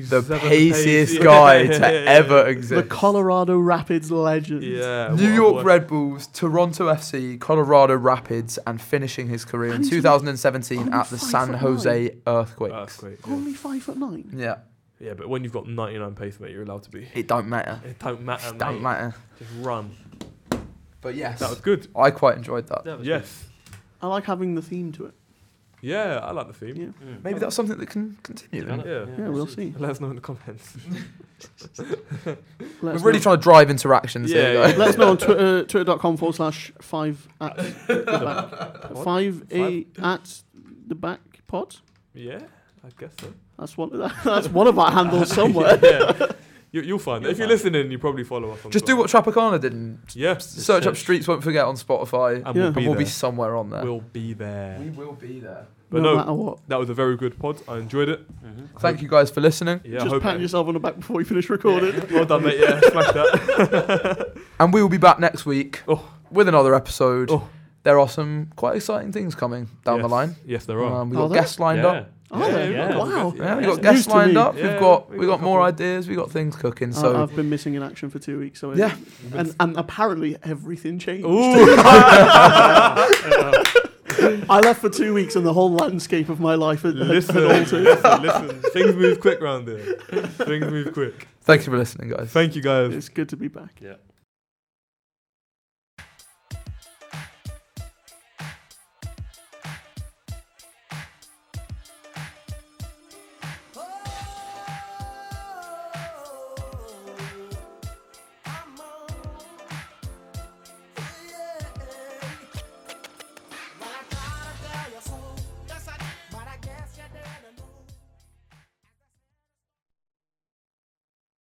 Speaker 3: Ninety-seven.
Speaker 2: paciest
Speaker 3: pace.
Speaker 2: guy
Speaker 3: Yeah,
Speaker 2: to
Speaker 3: yeah, yeah.
Speaker 2: ever
Speaker 1: The
Speaker 2: exist.
Speaker 1: Colorado Rapids legend.
Speaker 3: Yeah.
Speaker 2: New
Speaker 3: what a
Speaker 2: York
Speaker 3: boy.
Speaker 2: Red Bulls, Toronto FC, Colorado Rapids, and finishing his career
Speaker 1: And
Speaker 2: in
Speaker 1: he's only-
Speaker 2: 2017
Speaker 1: only
Speaker 2: at the
Speaker 1: five
Speaker 2: San
Speaker 1: foot
Speaker 2: Jose Earthquakes.
Speaker 3: Earthquake. Yeah.
Speaker 1: Only five foot nine.
Speaker 2: Yeah,
Speaker 3: yeah, but when you've got 99 pace, mate, you're allowed to be.
Speaker 2: it don't matter.
Speaker 3: It don't matter,
Speaker 2: It
Speaker 3: mate.
Speaker 2: don't matter.
Speaker 3: Just run.
Speaker 2: But yes,
Speaker 3: That was good.
Speaker 2: I quite enjoyed that.
Speaker 4: That was
Speaker 3: Yes.
Speaker 1: I like having the theme to it.
Speaker 3: Yeah, I like the theme.
Speaker 1: Yeah.
Speaker 4: good. Mm.
Speaker 2: Maybe that's something that can continue.
Speaker 4: Develop,
Speaker 2: Then.
Speaker 3: Yeah.
Speaker 1: Yeah, we'll see.
Speaker 3: Let us know in the comments.
Speaker 1: Let
Speaker 2: We're
Speaker 1: us
Speaker 2: really
Speaker 1: know.
Speaker 2: trying to drive interactions
Speaker 3: Yeah,
Speaker 2: here.
Speaker 3: yeah.
Speaker 2: guys.
Speaker 1: Let us know on Twitter, twitter.com forward slash five at the back.
Speaker 3: What?
Speaker 1: Five, a at the back pod.
Speaker 3: yeah, I guess so.
Speaker 1: That's one. That's one of our handles somewhere.
Speaker 3: yeah. You, you'll find it.
Speaker 4: You'll
Speaker 3: If you're
Speaker 4: find it.
Speaker 3: listening, you probably follow us on
Speaker 2: Just do what Tropicana did and
Speaker 3: Yes.
Speaker 2: search up Streets Won't Forget on Spotify,
Speaker 1: Yeah.
Speaker 3: And
Speaker 1: And
Speaker 3: we'll
Speaker 2: and
Speaker 3: be
Speaker 2: we'll
Speaker 3: there.
Speaker 2: be somewhere on there.
Speaker 3: We'll be there.
Speaker 2: will be there.
Speaker 3: But
Speaker 1: no,
Speaker 3: no.
Speaker 1: matter what.
Speaker 3: That was a very good pod. I enjoyed it.
Speaker 4: hmm
Speaker 2: Thank you guys for listening,
Speaker 3: Yeah, I
Speaker 1: Just
Speaker 3: hope
Speaker 1: pat
Speaker 3: it-
Speaker 1: yourself on the back before you finish recording.
Speaker 3: Well done, mate. Yeah, smash that.
Speaker 2: and we will be back next week
Speaker 3: Oh.
Speaker 2: with another episode.
Speaker 3: Oh.
Speaker 2: There are some quite exciting things coming down the
Speaker 3: Yes.
Speaker 2: line.
Speaker 3: Yes, there are.
Speaker 2: Um, we've
Speaker 1: Are
Speaker 2: got
Speaker 1: there?
Speaker 2: guests lined
Speaker 4: yeah.
Speaker 2: up.
Speaker 1: Oh,
Speaker 3: Yeah,
Speaker 1: there you
Speaker 4: yeah.
Speaker 1: go. wow.
Speaker 2: Yeah, we've
Speaker 3: Yeah.
Speaker 2: got guests
Speaker 1: News to
Speaker 2: lined
Speaker 1: me.
Speaker 2: up.
Speaker 3: Yeah,
Speaker 2: we've got
Speaker 3: we've
Speaker 2: we've,
Speaker 3: got a
Speaker 2: got more
Speaker 3: couple.
Speaker 2: ideas. We've got things cooking.
Speaker 1: I-
Speaker 2: So
Speaker 1: I've been missing in action for two weeks. So
Speaker 2: Yeah.
Speaker 1: and, and apparently everything changed. I left for two weeks and the whole landscape of my life had, had
Speaker 3: listen, listen, listen. Things move quick round here. Things move quick.
Speaker 2: thank you for listening, guys.
Speaker 3: Thank you, guys.
Speaker 1: It's good to be back.
Speaker 4: Yeah.